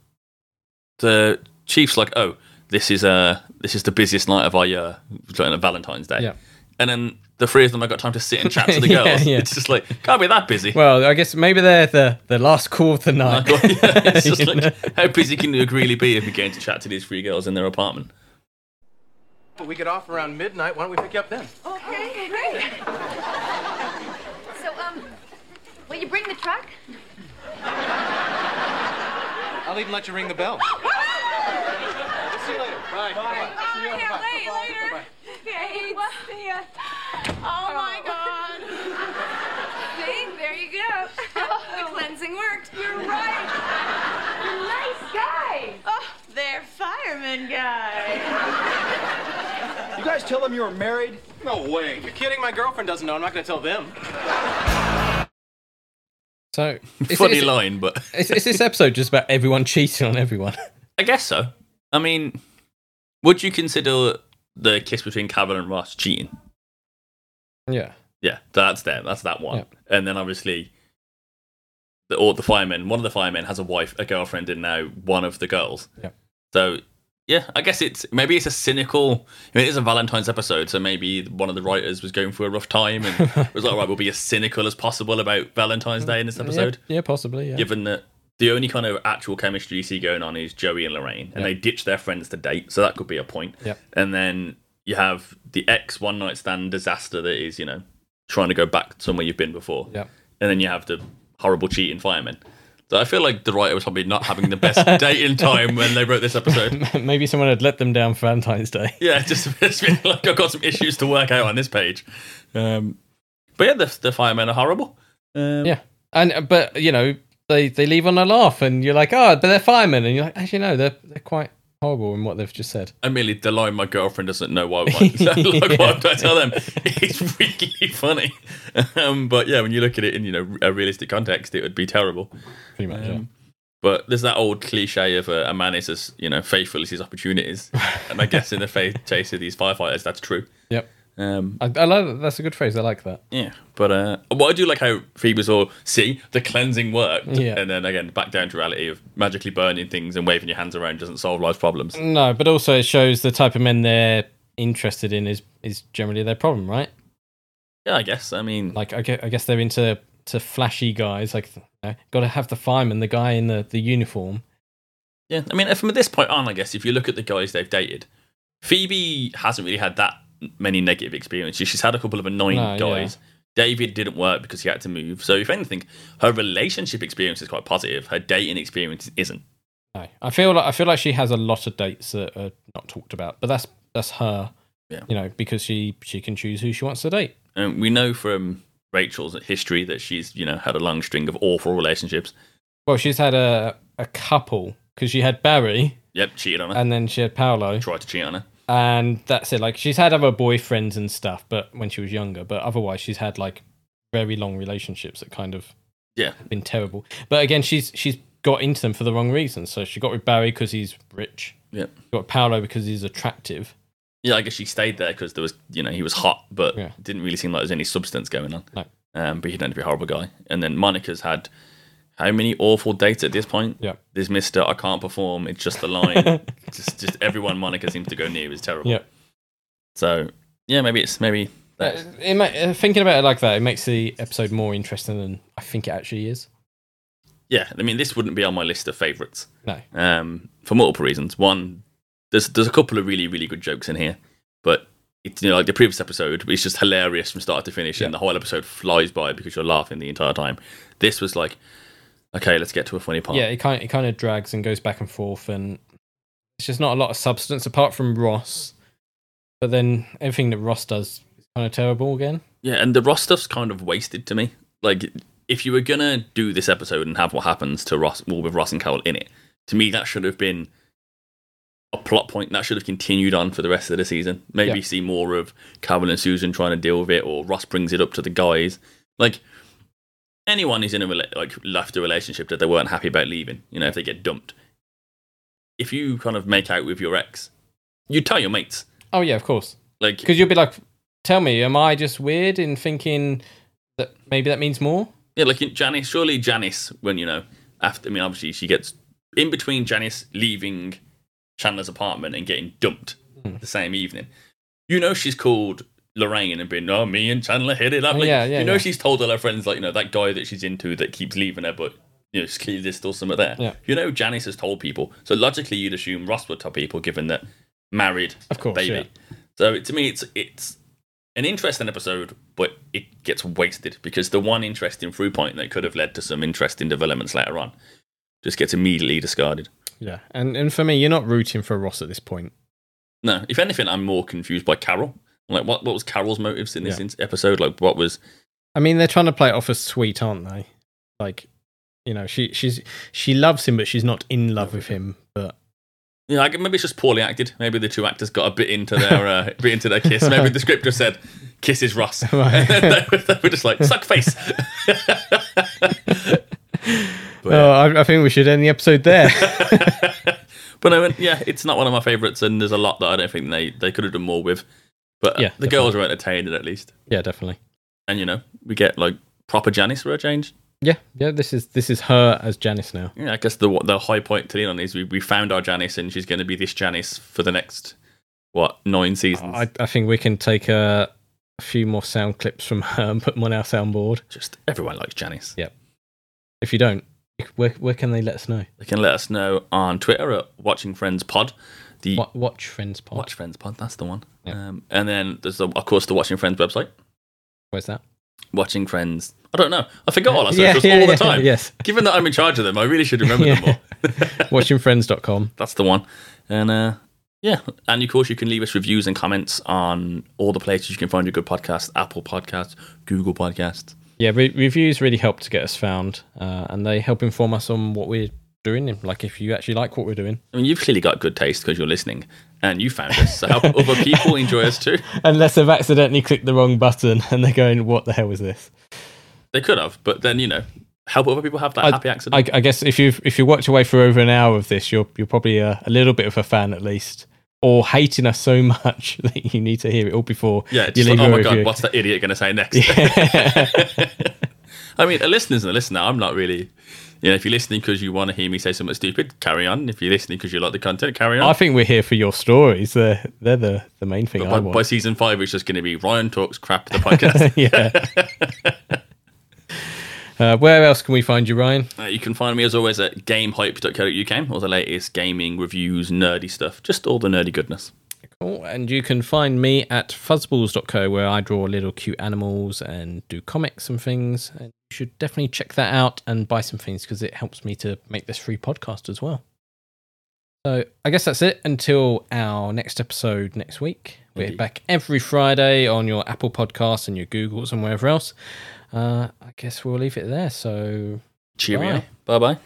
the chief's like, "Oh, this is uh this is the busiest night of our year, like, Valentine's Day," Yeah. and then the three of them have got time to sit and chat to the girls. Yeah, yeah. It's just like can't be that busy. Well, I guess maybe they're the the last call of the night. It's just You know? like, how busy can you really be if you're going to chat to these three girls in their apartment? But we get off around midnight. Why don't we pick you up then? Okay, great. So, um, will you bring the truck? I'll even let you ring the bell. See you later. Bye. Bye. See you later. Bye. Bye. Bye-bye. Okay, see ya. Oh my God. See, there you go. Oh. The cleansing worked. You're right. Nice guy. Oh, they're fireman guy. You guys tell them you're married? No way. You're kidding. My girlfriend doesn't know. I'm not going to tell them. So is- Funny is- line, but is, is this episode just about everyone cheating on everyone? I guess so. I mean, would you consider the kiss between Cavill and Ross cheating? Yeah. Yeah, that's them. That's that one. Yeah. And then obviously, the, or the firemen. One of the firemen has a wife, a girlfriend, and now one of the girls. Yeah. So yeah, I guess it's maybe it's a cynical. I mean, it is a Valentine's episode, so maybe one of the writers was going through a rough time and was like, "All right, we'll be as cynical as possible about Valentine's Day in this episode." Mm, Yeah, yeah, possibly. Yeah. given that the only kind of actual chemistry you see going on is Joey and Lorraine, and Yeah. they ditch their friends to date, so that could be a point. Yep. And then you have the ex one night stand disaster that is, you know, trying to go back somewhere you've been before. Yep. And then you have the horrible cheating fireman. So I feel like the writer was probably not having the best dating time when they wrote this episode. Maybe someone had let them down for Valentine's Day. Yeah, just it's been like I've got some issues to work out on this page. Um, but yeah, the, the firemen are horrible. Um, yeah, and but you know they they leave on a laugh, and you're like, oh, but they're firemen, and you're like, actually no, they're they're quite horrible in what they've just said. I merely the line my girlfriend doesn't know why. why so like, Yeah. why would I tell them? It's really funny. Um, but yeah, when you look at it in you know a realistic context, it would be terrible. Pretty much, yeah. But there's that old cliche of uh, a man is as you know faithful as his opportunities, and I guess in the face chase of these firefighters, that's true. Yep. Um, I, I like that. That's a good phrase. I like that. Yeah, but uh, well, I do like how Phoebe's all see the cleansing worked, Yeah. and then again back down to reality of magically burning things and waving your hands around doesn't solve life's problems. No, but also it shows the type of men they're interested in is is generally their problem, right? Yeah, I guess. I mean, like I guess, I guess they're into to flashy guys. Like, got to have the fireman, the guy in the the uniform. Yeah, I mean, from this point on, I guess if you look at the guys they've dated, Phoebe hasn't really had that many negative experiences. She's had a couple of annoying No, yeah. guys. David didn't work because he had to move. So if anything, her relationship experience is quite positive. Her dating experience isn't. No, I feel like I feel like she has a lot of dates that are not talked about, but that's that's her. Yeah. You know, because she she can choose who she wants to date. And we know from Rachel's history that she's you know had a long string of awful relationships. Well, she's had a a couple because she had Barry Yep, cheated on her. and then she had Paolo, tried to cheat on her. and that's it. Like she's had other boyfriends and stuff, but when she was younger, but otherwise she's had like very long relationships that kind of Yeah. been terrible. But again, she's she's got into them for the wrong reasons. So she got with Barry because he's rich. Yep. Got Paolo because he's attractive. Yeah, I guess she stayed there because there was, you know, he was hot, but Yeah. didn't really seem like there was any substance going on. No. Um, but he turned to be a horrible guy. And then Monica's had how many awful dates at this point? Yeah. There's Mister I can't perform. It's just the line. just, just everyone Monica seems to go near is terrible. Yeah. So yeah, maybe it's maybe Uh, it ma- uh, thinking about it like that, it makes the episode more interesting than I think it actually is. yeah. I mean, this wouldn't be on my list of favorites. No. Um, for multiple reasons. One, there's there's a couple of really really good jokes in here, but it's you know like the previous episode, it's just hilarious from start to finish, and the whole episode flies by because you're laughing the entire time. This was like, okay, let's get to a funny part. Yeah, it kind it kind of drags and goes back and forth, and it's just not a lot of substance apart from Ross. But then everything that Ross does is kind of terrible again. Yeah, and the Ross stuff's kind of wasted to me. Like, if you were gonna do this episode and have what happens to Ross, well, with Ross and Carol in it, to me that should have been a plot point that should have continued on for the rest of the season. Maybe Yeah. see more of Carol and Susan trying to deal with it, or Ross brings it up to the guys. Like, anyone who's in a rela- like left a relationship that they weren't happy about leaving, you know, if they get dumped, if you kind of make out with your ex, you tell your mates. Oh yeah, of course. Like, Because you'll be like, "Tell me, am I just weird in thinking that maybe that means more?" Yeah, like in Janice, surely Janice, when you know, after I mean, obviously she gets in between Janice leaving Chandler's apartment and getting dumped Hmm. the same evening. You know, she's called Lorraine and been, oh, me and Chandler hit it up. Oh, Like, yeah, yeah, you know, yeah. she's told all her friends, like, you know, that guy that she's into that keeps leaving her, but you know, it's clearly there's still something there. Yeah. You know, Janice has told people. So logically, you'd assume Ross would tell people, given that married, Of course, baby. yeah. So to me, it's it's an interesting episode, but it gets wasted because the one interesting through point that could have led to some interesting developments later on just gets immediately discarded. Yeah, and and for me, you're not rooting for Ross at this point. No, if anything, I'm more confused by Carol. Like, what, what was Carol's motives in this Yeah. in- episode? Like, what was I mean, they're trying to play it off as sweet, aren't they? Like, you know, she she's she loves him, but she's not in love with him. But Yeah, I g maybe it's just poorly acted. Maybe the two actors got a bit into their uh, bit into their kiss. Maybe the script just said "kisses Ross," Right. and they were- they were just like "suck face." Oh, I, I think we should end the episode there. But I went, yeah, it's not one of my favourites, and there's a lot that I don't think they, they could have done more with. But uh, Yeah, the girls were entertained at least. yeah, definitely. And, you know, we get like proper Janice for a change. Yeah, yeah. This is this is her as Janice now. Yeah, I guess the the high point to lean on is we, we found our Janice, and she's going to be this Janice for the next, what, nine seasons? I, I think we can take a, a few more sound clips from her and put them on our soundboard. Just everyone likes Janice. Yep. If you don't, where where can they let us know? They can let us know on Twitter at Watching Friends Pod. The Wa- Watch Friends Pod. Watch Friends Pod, that's the one. Um, and then there's, the, of course, the Watching Friends website. Where's that? Watching Friends. I don't know. I forget all our Yeah, socials yeah, all the yeah, time. yes. Given that I'm in charge of them, I really should remember them more. Watchingfriends.com. That's the one. And uh, yeah, and of course, you can leave us reviews and comments on all the places you can find your good podcast: Apple Podcasts, Google Podcasts. Yeah, re- reviews really help to get us found, uh, and they help inform us on what we're doing. and, Like if you actually like what we're doing, I mean, you've clearly got good taste because you're listening and you found us. So help other people enjoy us too. unless they've accidentally clicked the wrong button and they're going, "What the hell is this?" They could have, but then you know, help other people have that happy I, accident. I guess if you've if you watched away for over an hour of this, you're you're probably a, a little bit of a fan at least, or hating us so much that you need to hear it all before. yeah, you just like, a oh my review." god, what's that idiot going to say next? I mean, a listener's a listener. I'm not really. You know, if you're listening because you want to hear me say something stupid, carry on. If you're listening because you like the content, carry on. I think we're here for your stories. They're they're the, the main thing I by, by want. season five, it's just going to be Ryan talks crap the podcast. yeah. uh, where else can we find you, Ryan? Uh, you can find me as always at gamehype.co.uk, all the latest gaming reviews, nerdy stuff, just all the nerdy goodness. Cool. And you can find me at fuzzballs.co where I draw little cute animals and do comics and things. And you should definitely check that out and buy some things because it helps me to make this free podcast as well. So I guess that's it until our next episode next week. We're Indeed. back every Friday on your Apple Podcasts and your Googles and wherever else. Uh, I guess we'll leave it there. So Cheerio. Bye bye.